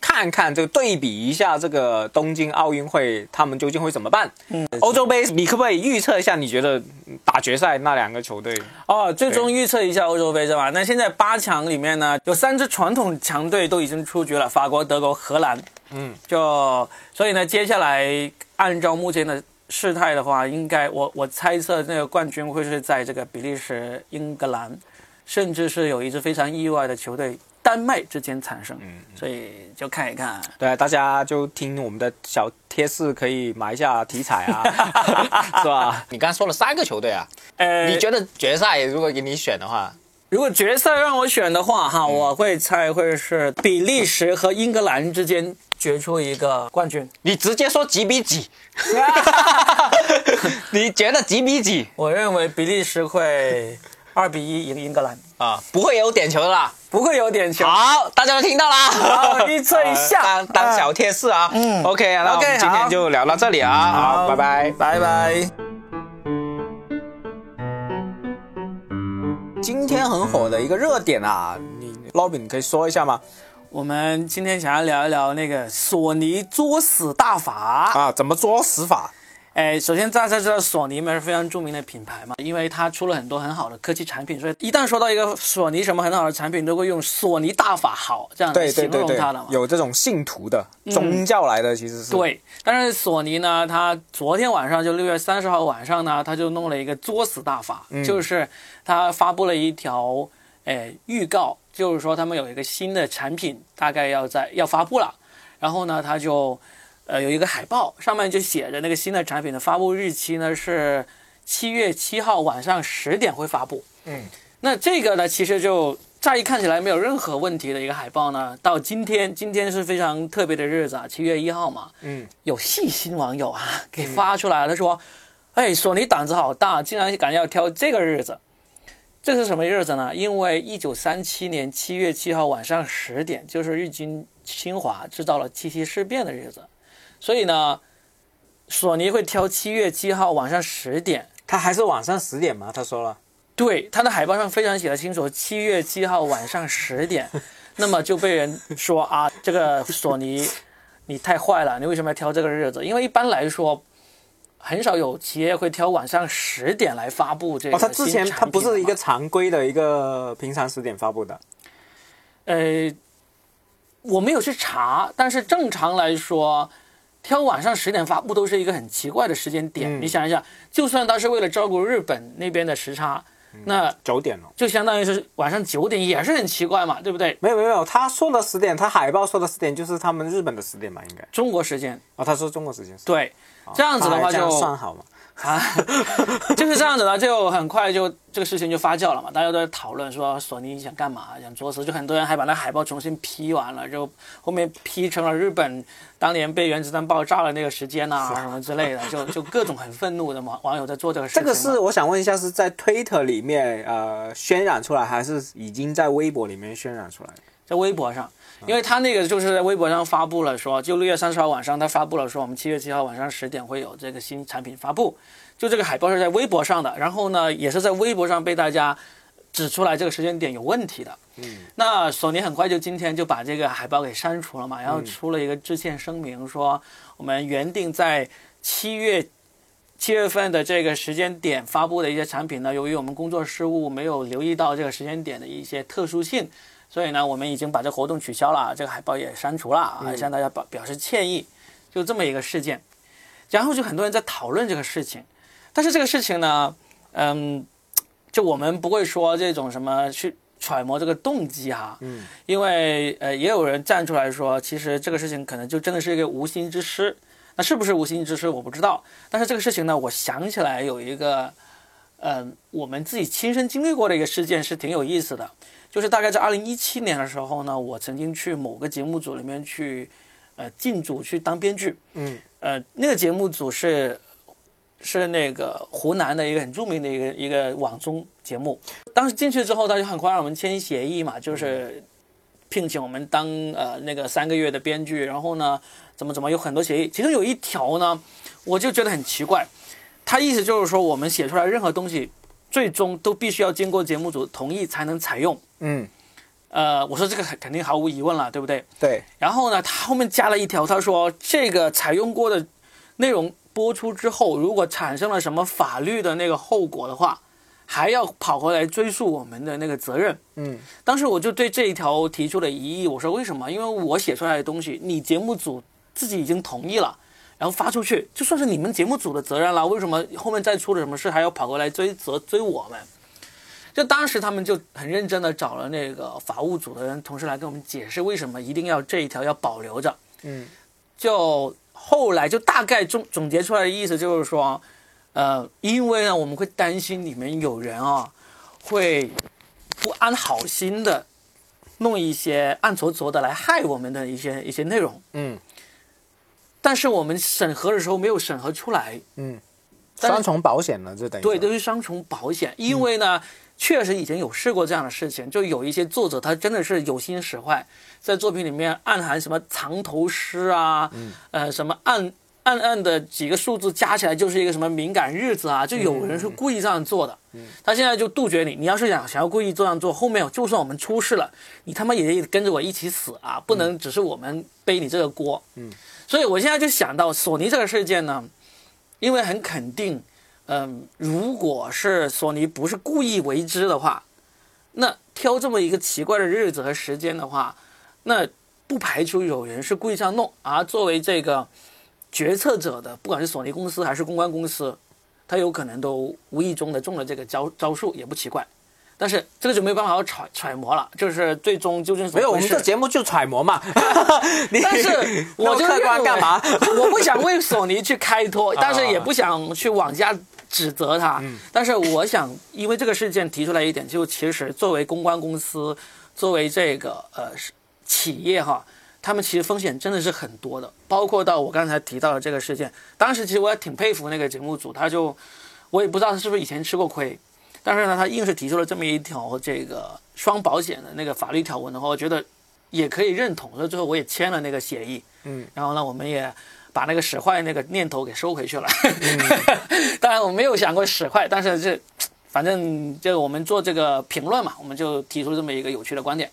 Speaker 2: 看看这个对比一下这个东京奥运会他们究竟会怎么办。嗯，欧洲杯你可不可以预测一下？你觉得打决赛那两个球队？
Speaker 3: 哦，最终预测一下欧洲杯是吧？那现在八强里面呢，有三支传统强队都已经出局了，法国、德国、荷兰。
Speaker 2: 嗯，
Speaker 3: 就所以呢，接下来按照目前的事态的话，应该我我猜测那个冠军会是在这个比利时、英格兰，甚至是有一支非常意外的球队丹麦之间产生。嗯，所以就看一看。
Speaker 2: 对，啊大家就听我们的小贴士，可以买一下题材 [laughs] 啊，是吧？你刚才说了三个球队啊，
Speaker 3: 呃，
Speaker 2: 你觉得决赛如果给你选的话，
Speaker 3: 如果决赛让我选的话，哈，我会猜会是比利时和英格兰之间决出一个冠军。
Speaker 2: 你直接说几比 [laughs] 几？你觉得几比几
Speaker 3: [laughs] 我认为比利时会二比一赢英格兰，
Speaker 2: 啊？不会有点球的啦。
Speaker 3: 不会有点球。
Speaker 2: 好，大家都听到啦。
Speaker 3: 好预测一下
Speaker 2: [laughs] 呃当当小贴士啊。嗯，OK，那我
Speaker 3: OK，
Speaker 2: 们今
Speaker 3: 好
Speaker 2: 天就聊到这里啊。好，拜拜。
Speaker 3: 拜拜。
Speaker 2: 今天很火的一个热点啊，你 Robin 可以说一下吗？
Speaker 3: 我们今天想要聊一聊那个索尼作死大法。
Speaker 2: 啊，怎么作死法？
Speaker 3: 哎，首先大家知道索尼嘛是非常著名的品牌嘛，因为它出了很多很好的科技产品，所以一旦说到一个索尼什么很好的产品，都会用索尼大法好这样来
Speaker 2: 对
Speaker 3: 形
Speaker 2: 对对
Speaker 3: 容
Speaker 2: 对
Speaker 3: 它的嘛，。
Speaker 2: 有这种信徒的宗教来的，其实是。
Speaker 3: 对，但是索尼呢，它昨天晚上就六月三十号晚上呢，它就弄了一个作死大法，就是它发布了一条诶、预告，就是说他们有一个新的产品大概要在要发布了，然后呢，它就呃有一个海报，上面就写着那个新的产品的发布日期呢是七月七号晚上十点会发布。
Speaker 2: 嗯，
Speaker 3: 那这个呢，其实就乍一看起来没有任何问题的一个海报呢，到今天，今天是非常特别的日子啊，七月一号嘛。
Speaker 2: 嗯，
Speaker 3: 有细心网友啊给发出来了，说：“哎，索尼胆子好大，竟然敢要挑这个日子。”这是什么日子呢？因为一九三七年七月七号晚上十点，就是日军侵华制造了七七事变的日子，所以呢，索尼会挑七月七号晚上十点
Speaker 2: 他还是晚上十点嘛，他说了。
Speaker 3: 对，它的海报上非常写的清楚，七月七号晚上十点， [laughs] 那么就被人说啊，这个索尼 [laughs] 你太坏了，你为什么要挑这个日子？因为一般来说，很少有企业会挑晚上十点来发布这个
Speaker 2: 哦，他
Speaker 3: 新产
Speaker 2: 之
Speaker 3: 品的嘛。
Speaker 2: 前他不是一个常规的一个平常十点发布的。
Speaker 3: 呃，我没有去查，但是正常来说，挑晚上十点发布都是一个很奇怪的时间点。
Speaker 2: 嗯
Speaker 3: 你想一下，就算他是为了照顾日本那边的时差，
Speaker 2: 嗯
Speaker 3: 那
Speaker 2: 九点哦了。
Speaker 3: 就相当于是晚上九点，也是很奇怪嘛，对不对？
Speaker 2: 没有没有没有，他说的十点，他海报说的十点就是他们日本的十点嘛，应该。
Speaker 3: 中国时间，
Speaker 2: 哦，他说中国时间是。
Speaker 3: 对，这样子的
Speaker 2: 他
Speaker 3: 话
Speaker 2: 哦还这样
Speaker 3: 就
Speaker 2: 算好嘛？
Speaker 3: 啊，就是这样子的，就很快就这个事情就发酵了嘛，大家都在讨论说索尼想干嘛，想作死，就很多人还把那海报重新 P 完了，就后面 P 成了日本当年被原子弹爆炸的那个时间呐、什么之类的，就就各种很愤怒的网网友在做这个事
Speaker 2: 这
Speaker 3: 情嘛。
Speaker 2: 个是我想问一下，是在 Twitter 里面呃渲染出来，还是已经在微博里面渲染出来？
Speaker 3: 在微博上，因为他那个就是在微博上发布了说，就六月三十号晚上他发布了说，我们七月七号晚上十点会有这个新产品发布，就这个海报是在微博上的，然后呢也是在微博上被大家指出来这个时间点有问题的。嗯，那索尼很快就今天就把这个海报给删除了嘛，然后出了一个致歉声明说，我们原定在七月。七月份的这个时间点发布的一些产品呢，由于我们工作失误，没有留意到这个时间点的一些特殊性，所以呢，我们已经把这活动取消了，啊这个海报也删除了，啊，向大家表表示歉意，就这么一个事件。然后就很多人在讨论这个事情，但是这个事情呢，嗯，就我们不会说这种什么去揣摩这个动机哈，嗯，因为呃，也有人站出来说，其实这个事情可能就真的是一个无心之失。那是不是无心之失，我不知道。但是这个事情呢，我想起来有一个，呃，我们自己亲身经历过的一个事件是挺有意思的。就是大概在二零一七年的时候呢，我曾经去某个节目组里面去，呃，进组去当编剧。
Speaker 2: 嗯，
Speaker 3: 呃，那个节目组是是那个湖南的一个很著名的一个一个网综节目。当时进去之后，他就很快让我们签协议嘛，就是聘请我们当呃那个三个月的编剧，然后呢，怎么怎么有很多协议，其中有一条呢，我就觉得很奇怪，他意思就是说我们写出来任何东西。最终都必须要经过节目组同意才能采用。
Speaker 2: 嗯，
Speaker 3: 呃，我说这个肯肯定毫无疑问了，对不对？
Speaker 2: 对，
Speaker 3: 然后呢，他后面加了一条，他说这个采用过的内容播出之后，如果产生了什么法律的那个后果的话，还要跑回来追溯我们的那个责任。
Speaker 2: 嗯，
Speaker 3: 当时我就对这一条提出了疑议，我说为什么？因为我写出来的东西，你节目组自己已经同意了。然后发出去，就算是你们节目组的责任了。为什么后面再出了什么事还要跑过来追责追我们？就当时他们就很认真的找了那个法务组的人，同事来跟我们解释为什么一定要这一条要保留着。
Speaker 2: 嗯，
Speaker 3: 就后来就大概总总结出来的意思就是说，呃，因为呢我们会担心里面有人啊会不安好心的弄一些暗搓搓的来害我们的一些一些内容。
Speaker 2: 嗯
Speaker 3: 但是我们审核的时候没有审核出来，
Speaker 2: 嗯，
Speaker 3: 但是
Speaker 2: 双重保险了，这等于
Speaker 3: 对，
Speaker 2: 说
Speaker 3: 都是双重保险，因为呢，确实以前有试过这样的事情，就有一些作者他真的是有心使坏，在作品里面暗含什么藏头诗啊，呃，什么暗暗暗的几个数字加起来就是一个什么敏感日子啊，就有人是故意这样做的。他现在就杜绝你，你要是想想要故意这样做，后面就算我们出事了，你他妈也得跟着我一起死啊，不能只是我们背你这个锅。嗯，所以我现在就想到索尼这个事件呢，因为很肯定。嗯，如果是索尼不是故意为之的话，那挑这么一个奇怪的日子和时间的话，那不排除有人是故意这样弄。而作为这个决策者的，不管是索尼公司还是公关公司，他有可能都无意中的中了这个招招数，也不奇怪。但是这个就没办法好揣揣摩了，就是最终究竟是怎么
Speaker 2: 没有，我
Speaker 3: 回
Speaker 2: 们
Speaker 3: 事
Speaker 2: 这节目就揣摩
Speaker 3: [laughs]
Speaker 2: 嘛。你
Speaker 3: 但是我就
Speaker 2: 那么客
Speaker 3: 认
Speaker 2: 观
Speaker 3: 为
Speaker 2: 干嘛？
Speaker 3: [laughs] 我不想为索尼去开脱，但是也不想去往下指责他。但是我想，因为这个事件提出来一点，就其实作为公关公司，作为这个呃是企业哈，他们其实风险真的是很多的，包括到我刚才提到的这个事件。当时其实我也挺佩服那个节目组，他就我也不知道他是不是以前吃过亏，但是呢，他硬是提出了这么一条这个双保险的那个法律条文的话，我觉得也可以认同。所以最后我也签了那个协议，嗯，然后呢，我们也把那个使坏那个念头给收回去了。
Speaker 2: 嗯
Speaker 3: [laughs] 当然我没有想过使坏，但是这反正就我们做这个评论嘛，我们就提出这么一个有趣的观点。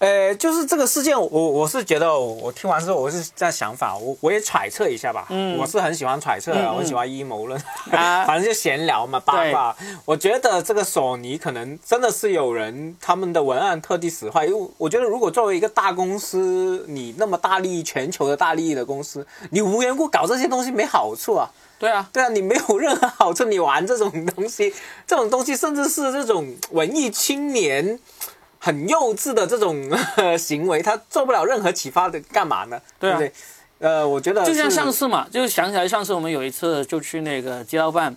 Speaker 2: 呃，就是这个事件，我我是觉得，我听完之后，我是这样想法，我我也揣测一下吧。我是很喜欢揣测的，我喜欢阴谋论，
Speaker 3: 啊
Speaker 2: 反正就闲聊嘛，八卦。我觉得这个索尼可能真的是有人他们的文案特地使坏，因为我觉得如果作为一个大公司，你那么大利益全球的大利益的公司，你无缘故搞这些东西没好处啊。
Speaker 3: 对啊，
Speaker 2: 对啊，你没有任何好处，你玩这种东西， [laughs] 这种东西甚至是这种文艺青年很幼稚的这种 [laughs] 行为，他做不了任何启发的，干嘛呢？
Speaker 3: 对
Speaker 2: 对
Speaker 3: 啊
Speaker 2: 不对？呃，我觉得
Speaker 3: 就像
Speaker 2: 是
Speaker 3: 上次嘛，就想起来上次我们有一次就去那个街道办，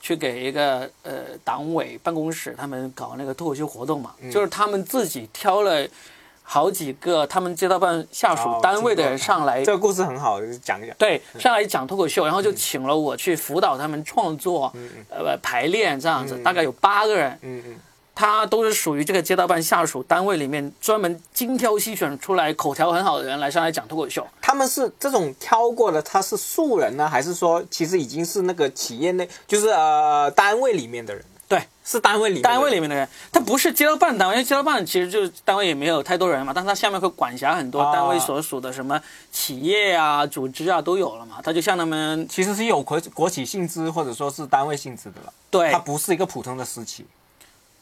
Speaker 3: 去给一个呃党委办公室他们搞那个脱口秀活动嘛，
Speaker 2: 嗯
Speaker 3: 就是他们自己挑了好几个他们街道办下属
Speaker 2: 哦
Speaker 3: 单位的
Speaker 2: 听过
Speaker 3: 人上来
Speaker 2: 这个故事很好，讲一讲。
Speaker 3: 对，上来讲脱口秀，然后就请了我去辅导他们创作，呃，排练这样子，大概有八个人，
Speaker 2: 嗯嗯，
Speaker 3: 他都是属于这个街道办下属单位里面专门精挑细选出来口条很好的人来上来讲脱口秀。
Speaker 2: 他们是这种挑过的，他是素人呢，还是说其实已经是那个企业内，就是呃单位里面的人？
Speaker 3: 对，
Speaker 2: 是单位里面的人
Speaker 3: 单位里面的人，他不是街道办单位，因为街道办其实就是单位也没有太多人嘛，但是他下面会管辖很多
Speaker 2: 啊
Speaker 3: 单位所属的什么企业啊、组织啊都有了嘛，他就向他们
Speaker 2: 其实是有国国企性质或者说是单位性质的了，
Speaker 3: 对
Speaker 2: 它不是一个普通的私企。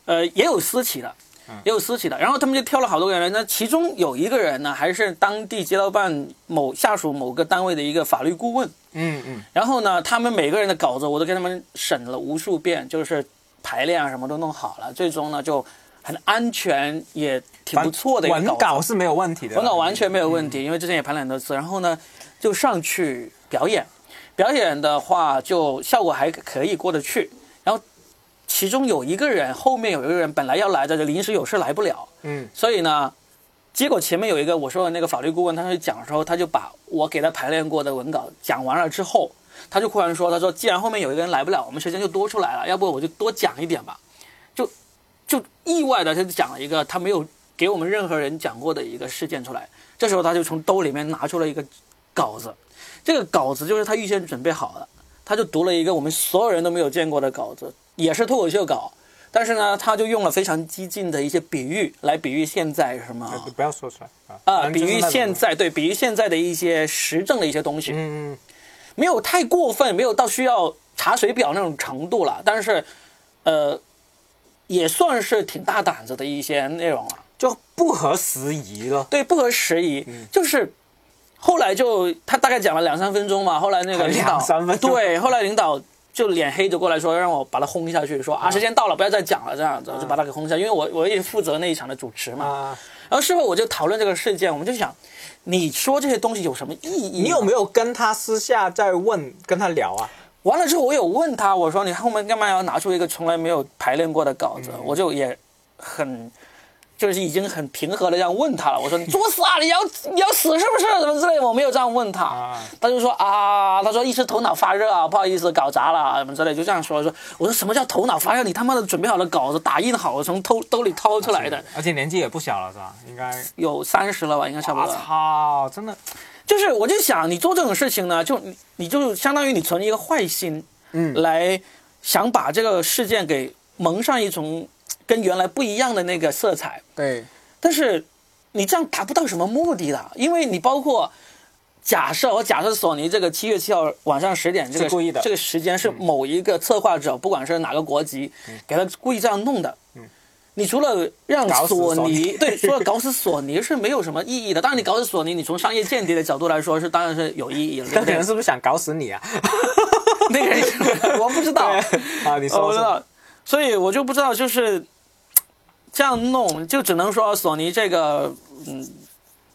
Speaker 3: 呃，也有私企的，也有私企的。然后他们就挑了好多个人，那其中有一个人呢，还是当地街道办某下属某个单位的一个法律顾问。
Speaker 2: 嗯嗯。
Speaker 3: 然后呢，他们每个人的稿子我都给他们审了无数遍，就是排练啊什么都弄好了，最终呢就很安全，也挺不错的一个
Speaker 2: 文
Speaker 3: 稿子
Speaker 2: 稿是没有问题的，
Speaker 3: 文稿完全没有问题，因为之前也排了很多次。然后呢，就上去表演，表演的话就效果还可以过得去。然后其中有一个人，后面有一个人本来要来的，就临时有事来不了，
Speaker 2: 嗯
Speaker 3: 所以呢，结果前面有一个我说的那个法律顾问，他去讲的时候，他就把我给他排练过的文稿讲完了之后，他就忽然说，他说既然后面有一个人来不了，我们时间就多出来了，要不我就多讲一点吧，就就意外的他就讲了一个他没有给我们任何人讲过的一个事件出来，这时候他就从兜里面拿出了一个稿子，这个稿子就是他预先准备好的，他就读了一个我们所有人都没有见过的稿子，也是脱口秀稿，但是呢，他就用了非常激进的一些比喻来比喻现在什么
Speaker 2: 嗯不要说出来啊
Speaker 3: 啊，
Speaker 2: 反
Speaker 3: 比
Speaker 2: 正就是
Speaker 3: 喻
Speaker 2: 那种
Speaker 3: 现在对，比喻现在的一些时政的一些东西，
Speaker 2: 嗯，
Speaker 3: 没有太过分，没有到需要查水表那种程度了，但是，呃，也算是挺大胆子的一些内容了。
Speaker 2: 就不合时宜了。
Speaker 3: 对，不合时宜，
Speaker 2: 嗯
Speaker 3: 就是后来就他大概讲了两三分钟嘛，后来那个领导
Speaker 2: 两三分钟
Speaker 3: 对，后来领导就脸黑着过来说让我把他轰下去，说啊时间到了不要再讲了这样子，
Speaker 2: 嗯
Speaker 3: 我就把他给轰下去，因为我我也负责那一场的主持嘛。
Speaker 2: 啊，
Speaker 3: 然后事后我就讨论这个事件，我们就想，你说这些东西有什么意义呢？
Speaker 2: 你有没有跟他私下再问跟他聊啊？
Speaker 3: 完了之后，我有问他，我说你后面干嘛要拿出一个从来没有排练过的稿子？
Speaker 2: 嗯
Speaker 3: 我就也很，就是已经很平和的这样问他了。我说你作死啊，你要你要死是不是？什么之类的，我没有这样问他。
Speaker 2: 啊
Speaker 3: 他就说啊，他说一时头脑发热啊，不好意思搞砸了啊什么之类，就这样说说。我说什么叫头脑发热？你他妈的准备好了稿子，打印好了，从偷兜里掏出来的，
Speaker 2: 而且年纪也不小了是吧？应该，
Speaker 3: 有三十了吧，应该差不
Speaker 2: 我
Speaker 3: 多。
Speaker 2: 操，真的，
Speaker 3: 就是我就想，你做这种事情呢，就你你就相当于你存一个坏心，
Speaker 2: 嗯
Speaker 3: 来想把这个事件给蒙上一层跟原来不一样的那个色彩，
Speaker 2: 对，
Speaker 3: 但是你这样达不到什么目的的，因为你包括假设我假设索尼这个七月七号晚上十点这个
Speaker 2: 是故意的
Speaker 3: 这个时间是某一个策划者，不管是哪个国籍，
Speaker 2: 嗯
Speaker 3: 给他故意这样弄的。你除了让
Speaker 2: 搞死
Speaker 3: 索
Speaker 2: 索
Speaker 3: 尼
Speaker 2: 尼
Speaker 3: 对，除了搞死索尼是没有什么意义的。当然，你搞死索尼，你从商业间谍的角度来说是当然是有意义了，对
Speaker 2: 那
Speaker 3: 不
Speaker 2: 个
Speaker 3: 对
Speaker 2: [laughs] 人？是不是想搞死你啊？
Speaker 3: 那个人是我不知道，
Speaker 2: 啊，你
Speaker 3: 哦
Speaker 2: 说
Speaker 3: [laughs] 我
Speaker 2: 说，
Speaker 3: 知道，所以我就不知道就是这样弄，就只能说哦索尼这个，嗯，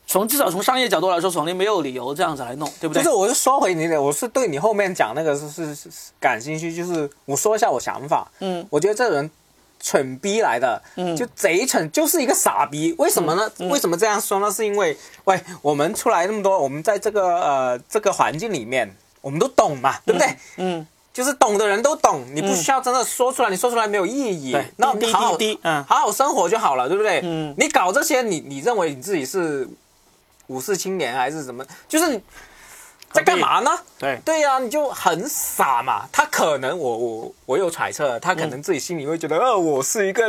Speaker 3: 从至少从商业角度来说，索尼没有理由这样子来弄，对不
Speaker 2: 就
Speaker 3: 对？
Speaker 2: 是我是说回你的，我是对你后面讲那个是是是是感兴趣，就是我说一下我想法，
Speaker 3: 嗯，
Speaker 2: 我觉得这人蠢逼来的，嗯就贼蠢，就是一个傻逼。为什么呢？
Speaker 3: 嗯
Speaker 2: 为什么这样说呢？是因为，喂，我们出来那么多，我们在这个呃这个环境里面，我们都懂嘛，对不对？
Speaker 3: 嗯，
Speaker 2: 就是懂的人都懂，你不需要真的说出来，你说出来没有意义
Speaker 3: 对。
Speaker 2: 那
Speaker 3: 滴滴
Speaker 2: 好好
Speaker 3: 滴滴嗯
Speaker 2: 好好生活就好了，对不对？
Speaker 3: 嗯
Speaker 2: 你搞这些，你你认为你自己是武士青年还是什么？就是你在干嘛呢？
Speaker 3: 对
Speaker 2: 对呀、你就很傻嘛。他可能我我我有揣测，他可能自己心里会
Speaker 3: 嗯
Speaker 2: 觉得，呃，我是一个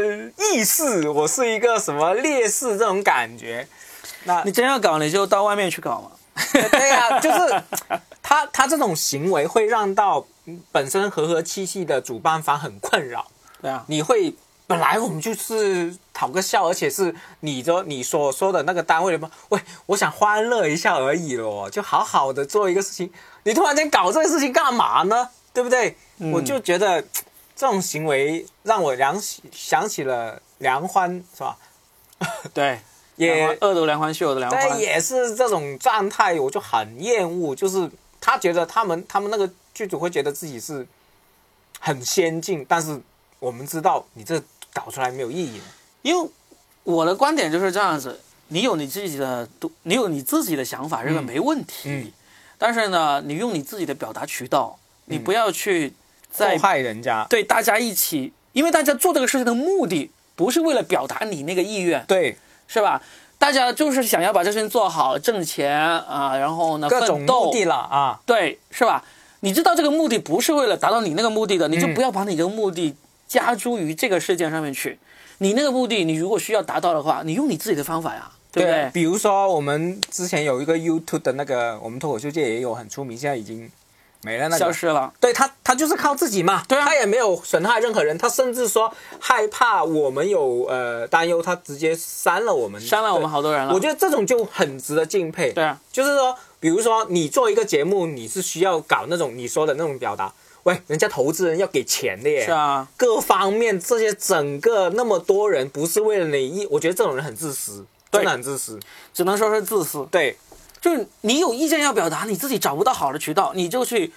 Speaker 2: 义士，我是一个什么烈士这种感觉。
Speaker 3: [laughs]
Speaker 2: 那
Speaker 3: 你真要搞，你就到外面去搞嘛。
Speaker 2: 对呀、就是他他这种行为会让到本身和和气气的主办方很困扰。
Speaker 3: 对啊，
Speaker 2: 你会本来我们就是讨个笑，而且是你的你所说的那个单位的嘛，喂，我想欢乐一下而已咯，就好好的做一个事情，你突然间搞这个事情干嘛呢？对不对？我
Speaker 3: 嗯
Speaker 2: 就觉得这种行为让我想起想起了梁欢，是吧？
Speaker 3: 对，
Speaker 2: 也
Speaker 3: 恶毒梁欢是有的梁欢
Speaker 2: 但，也是这种状态，我就很厌恶。就是他觉得他们他们那个剧组会觉得自己是很先进，但是我们知道你这搞出来没有意义。
Speaker 3: 因为我的观点就是这样子，你有你自己的独，你有你自己的想法，这个没问题。
Speaker 2: 嗯
Speaker 3: 但是呢，你用你自己的表达渠道，
Speaker 2: 嗯
Speaker 3: 你不要去在
Speaker 2: 祸害人家。
Speaker 3: 对大家一起，因为大家做这个事情的目的不是为了表达你那个意愿，
Speaker 2: 对，
Speaker 3: 是吧？大家就是想要把这事情做好，挣钱啊，然后呢，
Speaker 2: 各种
Speaker 3: 奋斗
Speaker 2: 目的了啊，
Speaker 3: 对，是吧？你知道这个目的不是为了达到你那个目的的，你就
Speaker 2: 嗯
Speaker 3: 不要把你的目的加诸于这个事件上面去。你那个目的，你如果需要达到的话，你用你自己的方法呀，对不对？
Speaker 2: 比如说我们之前有一个 YouTube 的那个，我们脱口秀界也有很出名，现在已经没了那个
Speaker 3: 消失了，
Speaker 2: 对他，他就是靠自己嘛，
Speaker 3: 对啊
Speaker 2: 他也没有损害任何人，他甚至说害怕我们有呃担忧，他直接删了我们，
Speaker 3: 删了我们
Speaker 2: 对
Speaker 3: 好多人了。
Speaker 2: 我觉得这种就很值得敬佩。
Speaker 3: 对啊，
Speaker 2: 就是说，比如说你做一个节目，你是需要搞那种你说的那种表达。喂，人家投资人要给钱的耶，
Speaker 3: 是啊，
Speaker 2: 各方面这些整个那么多人，不是为了你一，我觉得这种人很自私，
Speaker 3: 对
Speaker 2: 真的很自私。
Speaker 3: 只能说是自私。
Speaker 2: 对，
Speaker 3: 就是你有意见要表达，你自己找不到好的渠道，你就去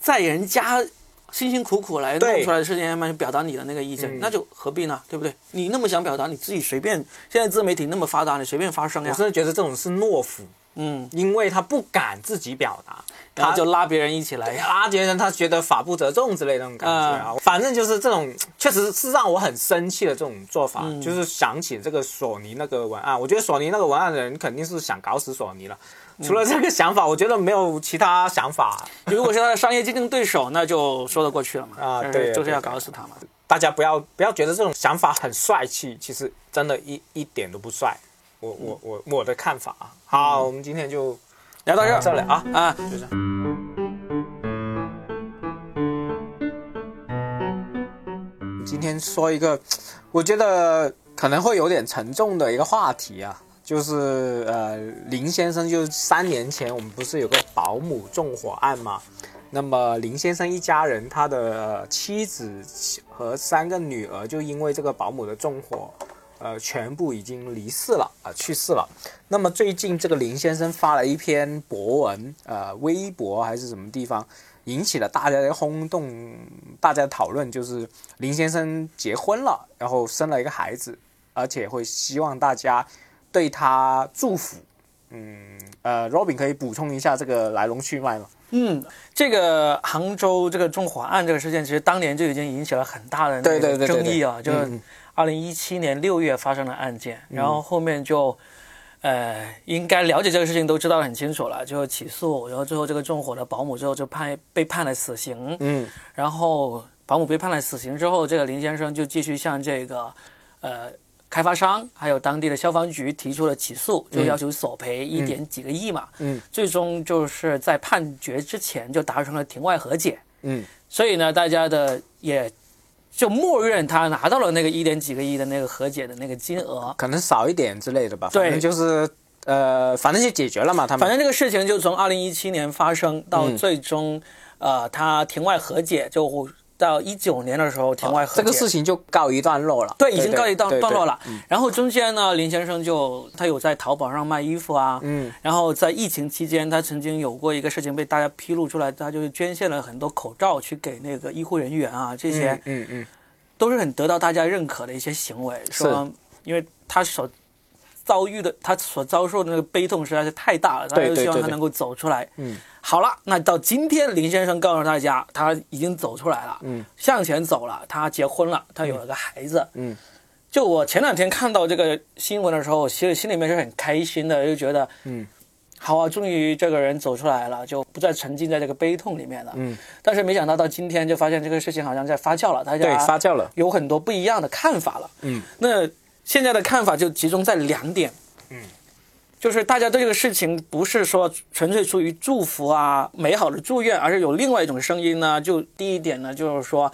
Speaker 3: 在人家辛辛苦苦来弄
Speaker 2: 对
Speaker 3: 出来的事情上面去表达你的那个意
Speaker 2: 嗯
Speaker 3: 见，那就何必呢？对不对？你那么想表达，你自己随便。现在自媒体那么发达，你随便发声
Speaker 2: 我
Speaker 3: 呀
Speaker 2: 真，的觉得这种是懦夫，
Speaker 3: 啊嗯，
Speaker 2: 因为他不敢自己表达，
Speaker 3: 然后
Speaker 2: 他
Speaker 3: 就拉别人一起
Speaker 2: [laughs]
Speaker 3: 来呀。
Speaker 2: 阿杰人他觉得法不责众之类的那种感觉
Speaker 3: 嗯
Speaker 2: 啊，反正就是这种，确实是让我很生气的这种做法。
Speaker 3: 嗯
Speaker 2: 就是想起这个索尼那个文案，我觉得索尼那个文案的人肯定是想搞死索尼了。
Speaker 3: 嗯
Speaker 2: 除了这个想法，我觉得没有其他想法。
Speaker 3: 如果是他的商业竞争对手，那就说得过去了嘛。
Speaker 2: 啊
Speaker 3: 但是
Speaker 2: 对
Speaker 3: 就是要搞死他嘛。
Speaker 2: 大家不要不要觉得这种想法很帅气，其实真的一一点都不帅。我我我我的看法啊。好，我们今天就
Speaker 3: 聊到这
Speaker 2: 到
Speaker 3: 儿
Speaker 2: 这里啊。
Speaker 3: 啊，
Speaker 2: 今天说一个，我觉得可能会有点沉重的一个话题啊，就是呃，林先生就是三年前我们不是有个保姆纵火案嘛？那么林先生一家人，他的、呃妻子和三个女儿就因为这个保姆的纵火，呃，全部已经离世了啊、去世了。那么最近这个林先生发了一篇博文，呃，微博还是什么地方，引起了大家的轰动，大家讨论就是林先生结婚了，然后生了一个孩子，而且会希望大家对他祝福。嗯，呃，Robin 可以补充一下这个来龙去脉吗？
Speaker 3: 嗯，这个杭州这个纵火案这个事件，其实当年就已经引起了很大的那
Speaker 2: 对对
Speaker 3: 个
Speaker 2: 对对嗯
Speaker 3: 争议啊，
Speaker 2: 对
Speaker 3: 就是二零一七年六月发生的案件，
Speaker 2: 嗯
Speaker 3: 然后后面就。呃，应该了解这个事情都知道得很清楚了，就起诉，然后最后这个纵火的保姆最后就判被判了死刑，
Speaker 2: 嗯，
Speaker 3: 然后保姆被判了死刑之后，这个林先生就继续向这个呃开发商还有当地的消防局提出了起诉，就要求索赔一点几个亿嘛。
Speaker 2: 嗯，
Speaker 3: 最终就是在判决之前就达成了庭外和解。
Speaker 2: 嗯，
Speaker 3: 所以呢，大家的也就默认他拿到了那个一点几个亿的那个和解的那个金额。
Speaker 2: 可能少一点之类的吧。
Speaker 3: 对
Speaker 2: 反正就是呃，反正就解决了嘛，他们。
Speaker 3: 反正这个事情就从二零一七年发生到
Speaker 2: 嗯
Speaker 3: 最终，呃，他庭外和解，就到一九年的时候庭外和解。
Speaker 2: 啊这个事情就告一段落了。
Speaker 3: 对，已经告一段
Speaker 2: 对对嗯
Speaker 3: 段落了。然后中间呢，林先生就他有在淘宝上卖衣服啊，
Speaker 2: 嗯，
Speaker 3: 然后在疫情期间，他曾经有过一个事情被大家披露出来，他就是捐献了很多口罩去给那个医护人员啊，这些
Speaker 2: 嗯嗯
Speaker 3: 都是很得到大家认可的一些行为，说因为他所遭遇的，他所遭受的那个悲痛实在是太大了，他
Speaker 2: 对
Speaker 3: 就
Speaker 2: 对
Speaker 3: 希望
Speaker 2: 对
Speaker 3: 他
Speaker 2: 对
Speaker 3: 能够走出来。
Speaker 2: 嗯，
Speaker 3: 好了，那到今天林先生告诉大家，他已经走出来了，
Speaker 2: 嗯，
Speaker 3: 向前走了，他结婚了，他有了个孩子，
Speaker 2: 嗯。
Speaker 3: 就我前两天看到这个新闻的时候，我其实心里面是很开心的，就觉得，
Speaker 2: 嗯，
Speaker 3: 好啊，终于这个人走出来了，就不再沉浸在这个悲痛里面了。
Speaker 2: 嗯，
Speaker 3: 但是没想到到今天就发现这个事情好像在发酵了，大
Speaker 2: 对
Speaker 3: 家，
Speaker 2: 发酵了。
Speaker 3: 有很多不一样的看法了。
Speaker 2: 嗯，
Speaker 3: 那现在的看法就集中在两点。
Speaker 2: 嗯，
Speaker 3: 就是大家对这个事情不是说纯粹出于祝福啊、美好的祝愿，而是有另外一种声音呢。就第一点呢，就是说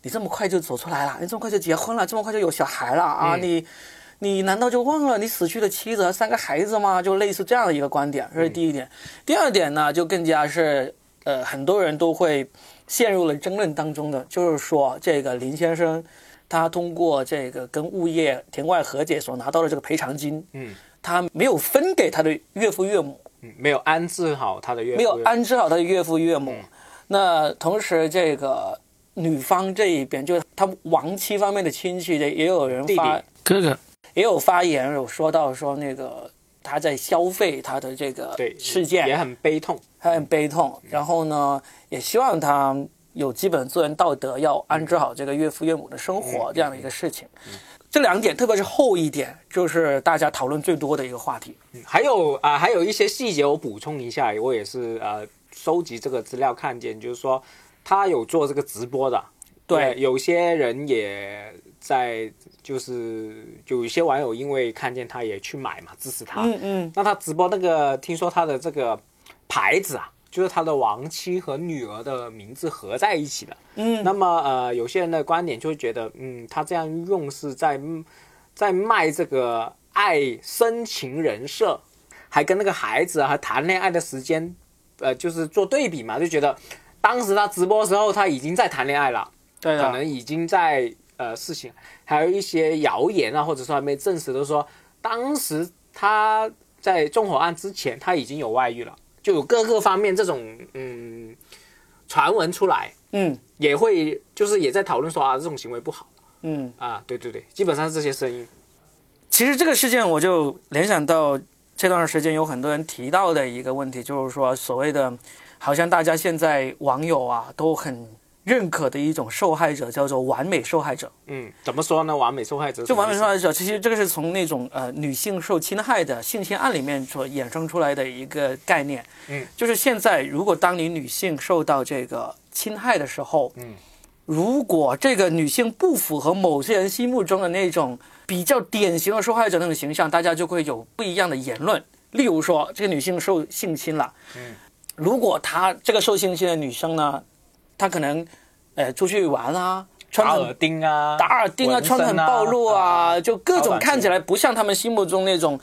Speaker 3: 你这么快就走出来了，你这么快就结婚了，这么快就有小孩了啊，
Speaker 2: 嗯
Speaker 3: 你。你难道就忘了你死去的妻子和三个孩子吗？就类似这样的一个观点，这
Speaker 2: 嗯
Speaker 3: 是第一点。第二点呢，就更加是呃，很多人都会陷入了争论当中的，就是说这个林先生他通过这个跟物业庭外和解所拿到的这个赔偿金，
Speaker 2: 嗯，
Speaker 3: 他没有分给他的岳父岳母，
Speaker 2: 嗯没有安置好他的岳父
Speaker 3: 没有安置好他的岳父岳
Speaker 2: 嗯
Speaker 3: 母。那同时，这个女方这一边，就是他亡妻方面的亲戚，也也有人
Speaker 2: 弟弟
Speaker 3: 发
Speaker 1: 哥哥，
Speaker 3: 也有发言有说到说那个他在消费他的这个
Speaker 2: 对
Speaker 3: 事
Speaker 2: 也
Speaker 3: 件，
Speaker 2: 很悲痛。
Speaker 3: 他很悲痛。然后呢，也希望他有基本自然道德，要安置好这个岳父岳母的生活这样的一个事情。这两点，特别是后一点，就是大家讨论最多的一个话题。
Speaker 2: 嗯还有啊、还有一些细节我补充一下，我也是呃收集这个资料看见，就是说他有做这个直播的，
Speaker 3: 对
Speaker 2: 呃有些人也在，就是有一些网友因为看见他也去买嘛，支持他，
Speaker 3: 嗯嗯，
Speaker 2: 那他直播那个，听说他的这个牌子啊，就是他的亡妻和女儿的名字合在一起的。
Speaker 3: 嗯，
Speaker 2: 那么呃，有些人的观点就会觉得，嗯，他这样用是在嗯在卖这个爱深情人设，还跟那个孩子啊，还谈恋爱的时间，呃，就是做对比嘛，就觉得当时他直播时候他已经在谈恋爱了。
Speaker 3: 对啊
Speaker 2: 可
Speaker 3: 的，
Speaker 2: 能已经在呃事情，还有一些谣言啊，或者说还没证实的说，当时他在纵火案之前他已经有外遇了，就有各个方面这种嗯传闻出来，
Speaker 3: 嗯
Speaker 2: 也会就是也在讨论说啊这种行为不好
Speaker 3: 嗯。
Speaker 2: 啊，对对对，基本上是这些声音，
Speaker 3: 其实这个事件，我就联想到这段时间有很多人提到的一个问题，就是说所谓的，好像大家现在网友啊都很认可的一种受害者叫做完美受害者。
Speaker 2: 嗯，怎么说呢？完美受害者
Speaker 3: 就完美受
Speaker 2: 害
Speaker 3: 害者，其实这个是从那种呃女性受侵害的性侵案里面所衍生出来的一个概念。
Speaker 2: 嗯，
Speaker 3: 就是现在如果当你女性受到这个侵害的时候，
Speaker 2: 嗯，
Speaker 3: 如果这个女性不符合某些人心目中的那种比较典型的受害者那种形象，大家就会有不一样的言论。例如说，这个女性受性侵了，
Speaker 2: 嗯
Speaker 3: 如果她这个受性侵的女生呢，她可能呃出去玩啊，穿
Speaker 2: 打
Speaker 3: 很
Speaker 2: 耳钉啊，
Speaker 3: 打耳钉啊，
Speaker 2: 纹身
Speaker 3: 穿得很暴露啊，就各
Speaker 2: 老
Speaker 3: 种
Speaker 2: 板
Speaker 3: 看起来不像他们心目中那种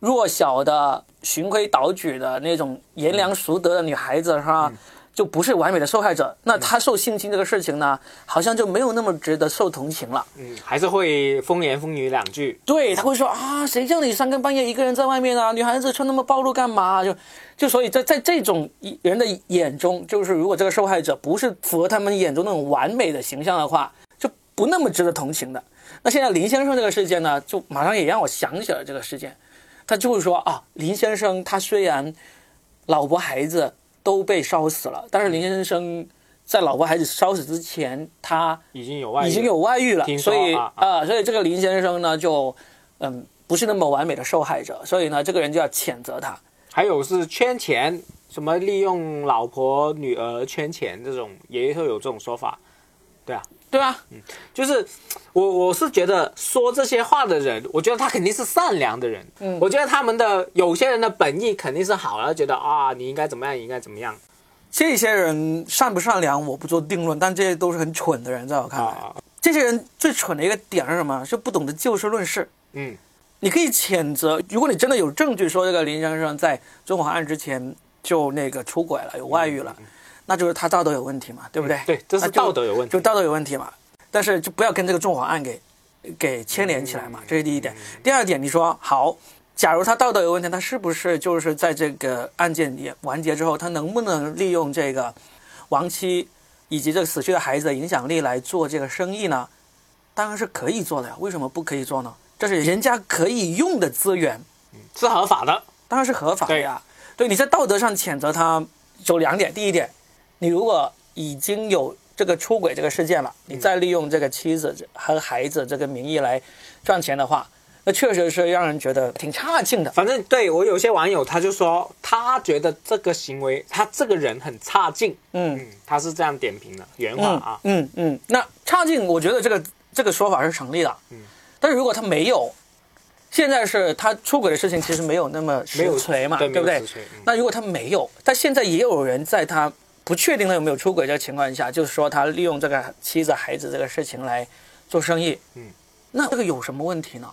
Speaker 3: 弱小的、循规蹈矩的那种炎凉淑德的女孩子，哈，就不是完美的受害者。那她受性侵这个事情呢，好像就没有那么值得受同情了。
Speaker 2: 嗯，还是会风言风语两句。
Speaker 3: 对，他会说啊，谁叫你三更半夜一个人在外面啊？女孩子穿那么暴露干嘛？就就所以在在这种人的眼中，就是如果这个受害者不是符合他们眼中那种完美的形象的话，就不那么值得同情的。那现在林先生这个事件呢，就马上也让我想起了这个事件，他就会说啊，林先生他虽然老婆孩子都被烧死了，但是林先生在老婆孩子烧死之前，他
Speaker 2: 已经有外遇
Speaker 3: 已经有外遇了，
Speaker 2: 听说
Speaker 3: 所以
Speaker 2: 啊
Speaker 3: 啊、所以这个林先生呢，就嗯不是那么完美的受害者，所以呢，这个人就要谴责他。
Speaker 2: 还有是圈钱，什么利用老婆、女儿圈钱这种，也会有这种说法。
Speaker 3: 对啊，
Speaker 2: 就是我我是觉得说这些话的人，我觉得他肯定是善良的人。嗯，我觉得他们的有些人的本意肯定是好的，觉得啊你应该怎么样，你应该怎么样
Speaker 3: 这些人善不善良，我不做定论，但这些都是很蠢的人，在我看来，
Speaker 2: 啊，
Speaker 3: 这些人最蠢的一个点是什么？是不懂得就事论事。
Speaker 2: 嗯，
Speaker 3: 你可以谴责，如果你真的有证据说这个林先生在中华案之前就那个出轨了，有外遇了，
Speaker 2: 嗯
Speaker 3: 那就是他道德有问题嘛，对不对？
Speaker 2: 对，这是
Speaker 3: 那就
Speaker 2: 道德有问题
Speaker 3: 就。道德有问题嘛。但是就不要跟这个纵火案给给牵连起来嘛，这是第一点。第二点，你说好，假如他道德有问题，他是不是就是在这个案件也完结之后，他能不能利用这个亡妻以及这个死去的孩子的影响力来做这个生意呢？当然是可以做的呀，为什么不可以做呢？这是人家可以用的资源，
Speaker 2: 是合法的。
Speaker 3: 当然是合法的呀。对，你在道德上谴责他有两点，第一点，你如果已经有这个出轨这个事件了，你再利用这个妻子和孩子这个名义来赚钱的话，那确实是让人觉得挺差劲的。
Speaker 2: 反正对我有些网友他就说，他觉得这个行为，他这个人很差劲。
Speaker 3: 嗯
Speaker 2: 嗯，他是这样点评的原话
Speaker 3: 嗯
Speaker 2: 啊。
Speaker 3: 嗯嗯，那差劲，我觉得这个这个说法是成立的。嗯，但是如果他没有，现在是他出轨的事情其实没有那么
Speaker 2: 没
Speaker 3: 实
Speaker 2: 有
Speaker 3: 锤嘛，
Speaker 2: 对
Speaker 3: 对不
Speaker 2: 没有
Speaker 3: 对
Speaker 2: 实锤嗯？
Speaker 3: 那如果他没有，但现在也有人在他不确定他有没有出轨这个情况下，就是说他利用这个妻子、孩子这个事情来做生意。
Speaker 2: 嗯，
Speaker 3: 那这个有什么问题呢？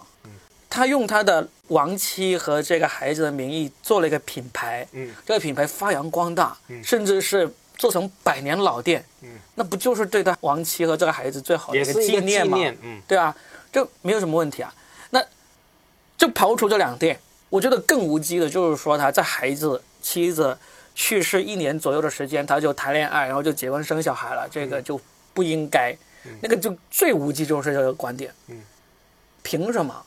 Speaker 3: 他用他的亡妻和这个孩子的名义做了一个品牌，
Speaker 2: 嗯，
Speaker 3: 这个品牌发扬光大，甚至是做成百年老店，嗯，那不就是对他亡妻和这个孩子最好的
Speaker 2: 也
Speaker 3: 一
Speaker 2: 是
Speaker 3: 个
Speaker 2: 一个
Speaker 3: 念吗？
Speaker 2: 念嗯，
Speaker 3: 对啊，这没有什么问题啊。那就刨除这两点，我觉得更无稽的就是说他在孩子、妻子去世一年左右的时间，他就谈恋爱，然后就结婚生小孩了，这个
Speaker 2: 嗯
Speaker 3: 就不应该。那个就最无稽就是这个观点。
Speaker 2: 嗯，
Speaker 3: 凭什么？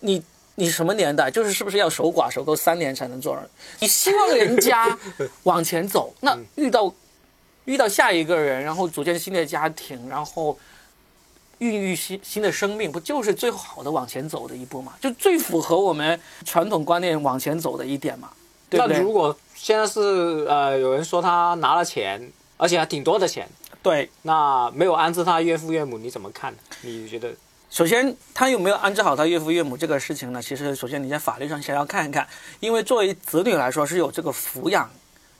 Speaker 3: 你你什么年代？就是是不是要守寡守够三年才能做人？你希望人
Speaker 2: [laughs]
Speaker 3: 家往前走，那
Speaker 2: 嗯
Speaker 3: 遇到遇到下一个人，然后组建新的家庭，然后孕育新新的生命，不就是最好的往前走的一步嘛？就最符合我们传统观念往前走的一点嘛，对不
Speaker 2: 那如
Speaker 3: 对？
Speaker 2: 果现在是呃有人说他拿了钱，而且还挺多的钱，
Speaker 3: 对，
Speaker 2: 那没有安置他岳父岳母，你怎么看？你觉得？
Speaker 3: 首先，他有没有安置好他岳父岳母这个事情呢？其实，首先你在法律上先要看一看，因为作为子女来说是有这个抚养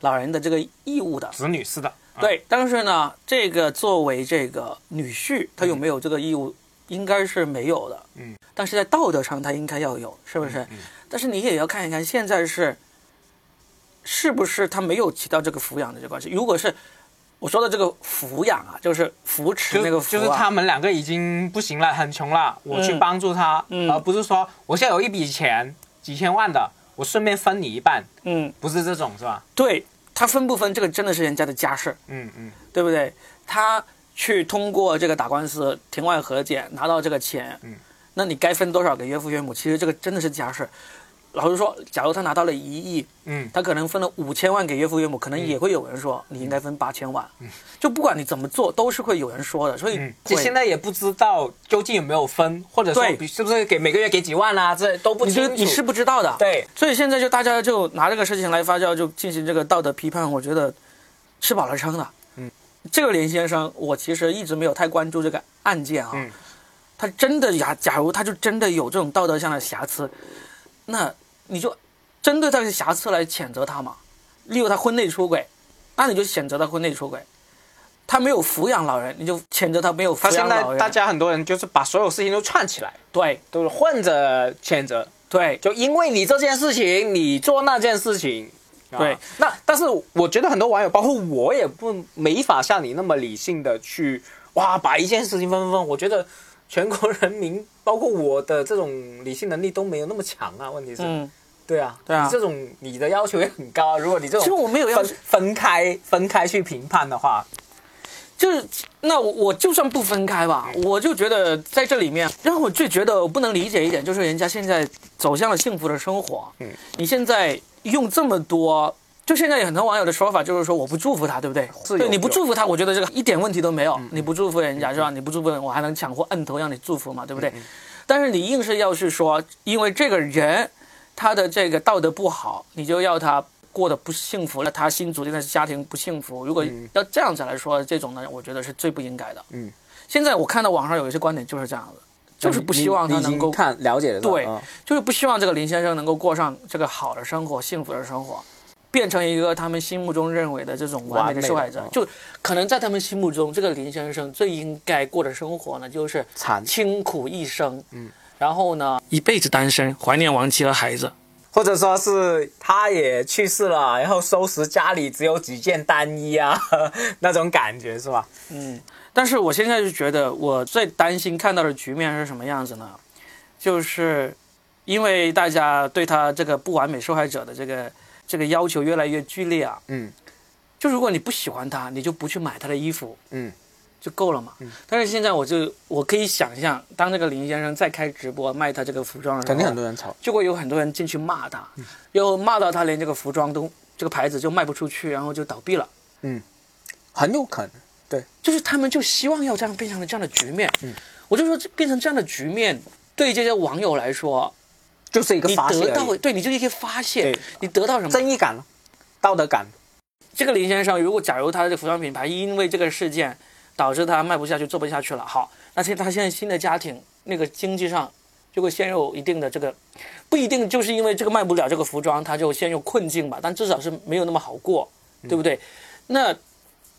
Speaker 3: 老人的这个义务的。
Speaker 2: 子女是的，啊
Speaker 3: 对，但是呢，这个作为这个女婿，他有没有这个义务，应该是没有的。
Speaker 2: 嗯，
Speaker 3: 但是在道德上他应该要有，是不是？但是你也要看一看现在是是不是他没有起到这个抚养的这个关系。如果是我说的这个抚养啊，就是扶持
Speaker 2: 就
Speaker 3: 那个扶、
Speaker 2: 就
Speaker 3: 啊、
Speaker 2: 是他们两个已经不行了，很穷了，我去帮助他，啊
Speaker 3: 嗯
Speaker 2: 而不是说我现在有一笔钱几千万的，我顺便分你一半，
Speaker 3: 嗯，
Speaker 2: 不是这种是吧？
Speaker 3: 对他分不分，这个真的是人家的家事，
Speaker 2: 嗯嗯
Speaker 3: 对不对？他去通过这个打官司、庭外和解拿到这个钱，
Speaker 2: 嗯，
Speaker 3: 那你该分多少给岳父岳母？其实这个真的是家事。老实说，假如他拿到了一亿，
Speaker 2: 嗯，
Speaker 3: 他可能分了五千万给岳父岳母，可能也会有人说你应该分八千万，就不管你怎么做，都是会有人说的。所以
Speaker 2: 嗯，
Speaker 3: 会
Speaker 2: 就现在也不知道究竟有没有分，或者说
Speaker 3: 对
Speaker 2: 比是不是给每个月给几万啊，这都不
Speaker 3: 你
Speaker 2: 清
Speaker 3: 是
Speaker 2: 楚。
Speaker 3: 你是不知道的，
Speaker 2: 对，
Speaker 3: 所以现在就大家就拿这个事情来发酵，就进行这个道德批判，我觉得吃饱了撑的。嗯，这个林先生，我其实一直没有太关注这个案件啊。
Speaker 2: 嗯
Speaker 3: 他真的假，假如他就真的有这种道德上的瑕疵，那你就针对他的瑕疵来谴责他嘛。例如他婚内出轨，那你就谴责他婚内出轨；他没有抚养老人，你就谴责他没有
Speaker 2: 他
Speaker 3: 抚
Speaker 2: 现
Speaker 3: 养
Speaker 2: 在
Speaker 3: 老人。
Speaker 2: 大家很多人就是把所有事情都串起来，
Speaker 3: 对
Speaker 2: 都是混着谴责，
Speaker 3: 对
Speaker 2: 就因为你这件事情，你做那件事情。啊
Speaker 3: 对，
Speaker 2: 那但是我觉得很多网友，包括我也不没法像你那么理性的去哇把一件事情分分分。我觉得全国人民，包括我的这种理性能力都没有那么强啊。问题是，
Speaker 3: 嗯，
Speaker 2: 对啊，
Speaker 3: 对啊
Speaker 2: 你这种你的要求也很高啊。如果你这
Speaker 3: 其实
Speaker 2: 种
Speaker 3: 我没有要
Speaker 2: 分分开分开去评判的话，
Speaker 3: 就是那我我就算不分开吧，我就觉得在这里面，让我最觉得我不能理解一点，就是人家现在走向了幸福的生活，
Speaker 2: 嗯，
Speaker 3: 你现在用这么多。就现在有很多网友的说法，就是说我不祝福他，对不对？
Speaker 2: 是有
Speaker 3: 对，你不
Speaker 2: 有嗯
Speaker 3: 祝福他，我觉得这个一点问题都没有。你不祝福人家是吧？你不祝福人，我还能强迫摁头让你祝福嘛，对不
Speaker 2: 嗯
Speaker 3: 对？但是你硬是要去说，因为这个人他的这个道德不好，你就要他过得不幸福，那他新组建的家庭不幸福。如果要这样子来说，这种呢，我觉得是最不应该的。
Speaker 2: 嗯，
Speaker 3: 现在我看到网上有一些观点就是这样子，就是不希望
Speaker 2: 你
Speaker 3: 他
Speaker 2: 你已
Speaker 3: 能
Speaker 2: 经
Speaker 3: 够，
Speaker 2: 看了解了，
Speaker 3: 对
Speaker 2: 嗯
Speaker 3: 就是不希望这个林先生能够过上这个好的生活、幸福的生活，变成一个他们心目中认为的这种完美的受害者
Speaker 2: 完。美啊
Speaker 3: 就可能在他们心目中，这个林先生最应该过的生活呢，就是
Speaker 2: 惨
Speaker 3: 清苦一生。嗯，然后呢，
Speaker 1: 一辈子单身，怀念亡妻和孩子。
Speaker 2: 或者说是他也去世了，然后收拾家里只有几件单衣啊 [laughs] 那种感觉是吧？
Speaker 3: 但是我现在就觉得，我最担心看到的局面是什么样子呢？就是因为大家对他这个不完美受害者的这个这个要求越来越剧烈啊。
Speaker 2: 嗯。
Speaker 3: 就如果你不喜欢他，你就不去买他的衣服。
Speaker 2: 嗯。
Speaker 3: 就够了嘛。但是现在我就我可以想象，当这个林先生再开直播卖他这个服装的时候，
Speaker 2: 人吵。
Speaker 3: 就会有很多人进去骂他，又骂到他连这个服装都这个牌子就卖不出去，然后就倒闭了。
Speaker 2: 很有可能。
Speaker 3: 就是他们就希望要这样变成了这样的局面。
Speaker 2: 嗯
Speaker 3: 我就说这变成这样的局面，对这些网友来说，
Speaker 2: 就是一个
Speaker 3: 你
Speaker 2: 发泄
Speaker 3: 得
Speaker 2: 而
Speaker 3: 到
Speaker 2: 已，
Speaker 3: 对你就是一个发泄
Speaker 2: 对，
Speaker 3: 你得到什么？
Speaker 2: 正义感了，道德感。
Speaker 3: 这个林先生如果假如他的服装品牌因为这个事件导致他卖不下去、做不下去了，好，那现在他现在新的家庭那个经济上就会陷入一定的这个，不一定就是因为这个卖不了这个服装，他就陷入困境吧，但至少是没有那么好过，对不对？那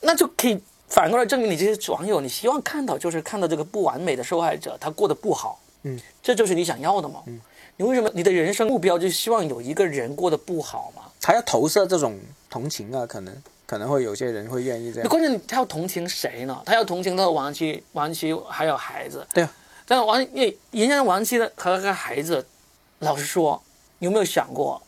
Speaker 3: 那就可以反过来证明你这些网友，你希望看到就是看到这个不完美的受害者他过得不好，
Speaker 2: 嗯，
Speaker 3: 这就是你想要的吗？嗯，你为什么你的人生目标就希望有一个人过得不好吗？
Speaker 2: 他要投射这种同情啊，可能可能会有些人会愿意这
Speaker 3: 那。关键他要同情谁呢？他要同情他的亡妻、亡妻还有孩子。
Speaker 2: 对啊，
Speaker 3: 但亡人人家亡妻的和和孩子，老实说，你有没有想过，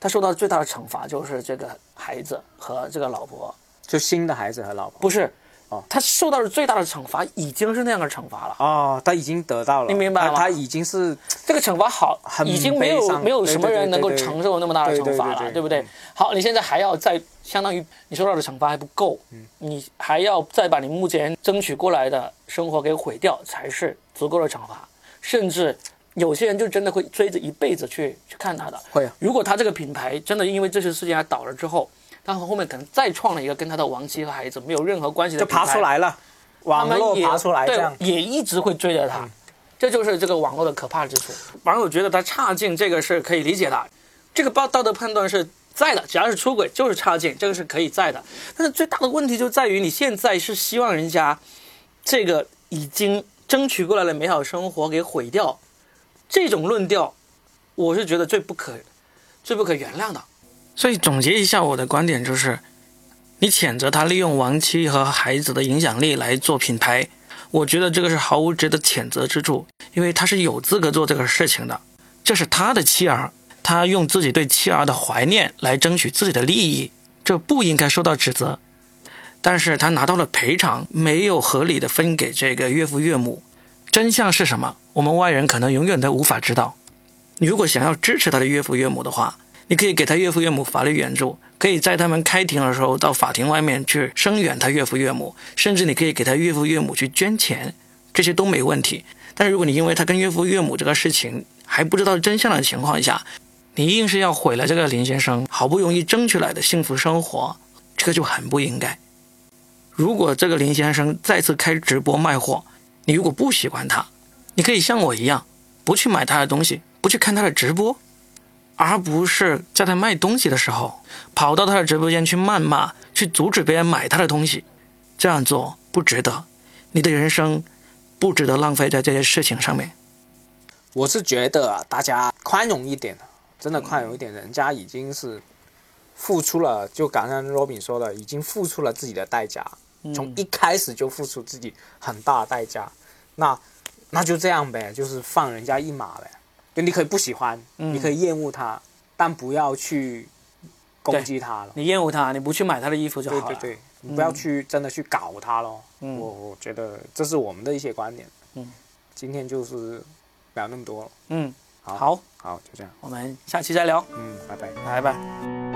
Speaker 3: 他受到最大的惩罚就是这个孩子和这个老婆？
Speaker 2: 就新的孩子和老婆
Speaker 3: 不是，
Speaker 2: 哦
Speaker 3: 他受到的最大的惩罚已经是那样的惩罚了。
Speaker 2: 哦，他已经得到了，
Speaker 3: 你明白
Speaker 2: 他
Speaker 3: 吗
Speaker 2: 他已经是
Speaker 3: 这个惩罚好，
Speaker 2: 很
Speaker 3: 已经没有
Speaker 2: 悲伤
Speaker 3: 没有什么人能够
Speaker 2: 对对对对对
Speaker 3: 承受那么大的惩
Speaker 2: 对对对
Speaker 3: 罚
Speaker 2: 嗯
Speaker 3: 了，
Speaker 2: 对
Speaker 3: 对不对？好，你现在还要再相当于你受到的惩罚还不够，
Speaker 2: 嗯
Speaker 3: 你还要再把你目前争取过来的生活给毁掉，才是足够的惩罚。甚至有些人就真的会追着一辈子去去看他的。
Speaker 2: 会啊
Speaker 3: 如果他这个品牌真的因为这些事情而倒了之后，他后面可能再创了一个跟他的亡妻和孩子没有任何关系的
Speaker 2: 就
Speaker 3: 品牌，
Speaker 2: 爬出来了，
Speaker 3: 他
Speaker 2: 网
Speaker 3: 们
Speaker 2: 络
Speaker 3: 也
Speaker 2: 爬出来这
Speaker 3: 对
Speaker 2: 样，。
Speaker 3: 也一直会追着他，这就是这个网络的可怕之处。网友嗯觉得他差劲，这个是可以理解的，这个道道德判断是在的，只要是出轨就是差劲，这个是可以在的。但是最大的问题就在于你现在是希望人家这个已经争取过来的美好生活给毁掉，这种论调，我是觉得最不可、最不可原谅的。
Speaker 1: 所以总结一下我的观点就是，你谴责他利用亡妻和孩子的影响力来做品牌，我觉得这个是毫无值得谴责之处，因为他是有资格做这个事情的，这是他的妻儿，他用自己对妻儿的怀念来争取自己的利益，这不应该受到指责。但是他拿到了赔偿，没有合理的分给这个岳父岳母，真相是什么？我们外人可能永远都无法知道。你如果想要支持他的岳父岳母的话，你可以给他岳父岳母法律援助，可以在他们开庭的时候到法庭外面去声援他岳父岳母，甚至你可以给他岳父岳母去捐钱，这些都没问题。但是如果你因为他跟岳父岳母这个事情还不知道真相的情况下，你硬是要毁了这个林先生好不容易争取来的幸福生活，这个就很不应该。
Speaker 3: 如果这个林先生再次开直播卖货，你如果不喜欢他，你可以像我一样，不去买他的东西，不去看他的直播，而不是在他卖东西的时候跑到他的直播间去谩骂，去阻止别人买他的东西。这样做不值得，你的人生不值得浪费在这些事情上面。
Speaker 2: 我是觉得啊，大家宽容一点，真的宽容一点，人家已经是付出了，就刚刚 Robin 说的，已经付出了自己的代价，
Speaker 3: 嗯
Speaker 2: 从一开始就付出自己很大的代价，那那就这样呗，就是放人家一马呗。就你可以不喜欢，
Speaker 3: 嗯
Speaker 2: 你可以厌恶他，但不要去攻击他了。
Speaker 3: 你厌恶他，你不去买他的衣服就
Speaker 2: 对
Speaker 3: 好
Speaker 2: 对
Speaker 3: 了。嗯
Speaker 2: 对，你不要去真的去搞他咯。我我觉得这是我们的一些观点。
Speaker 3: 嗯，
Speaker 2: 今天就是聊那么多了。
Speaker 3: 嗯，
Speaker 2: 好，
Speaker 3: 好，
Speaker 2: 好，就这样。
Speaker 3: 我们下期再聊，
Speaker 2: 嗯，拜拜。
Speaker 3: 拜拜。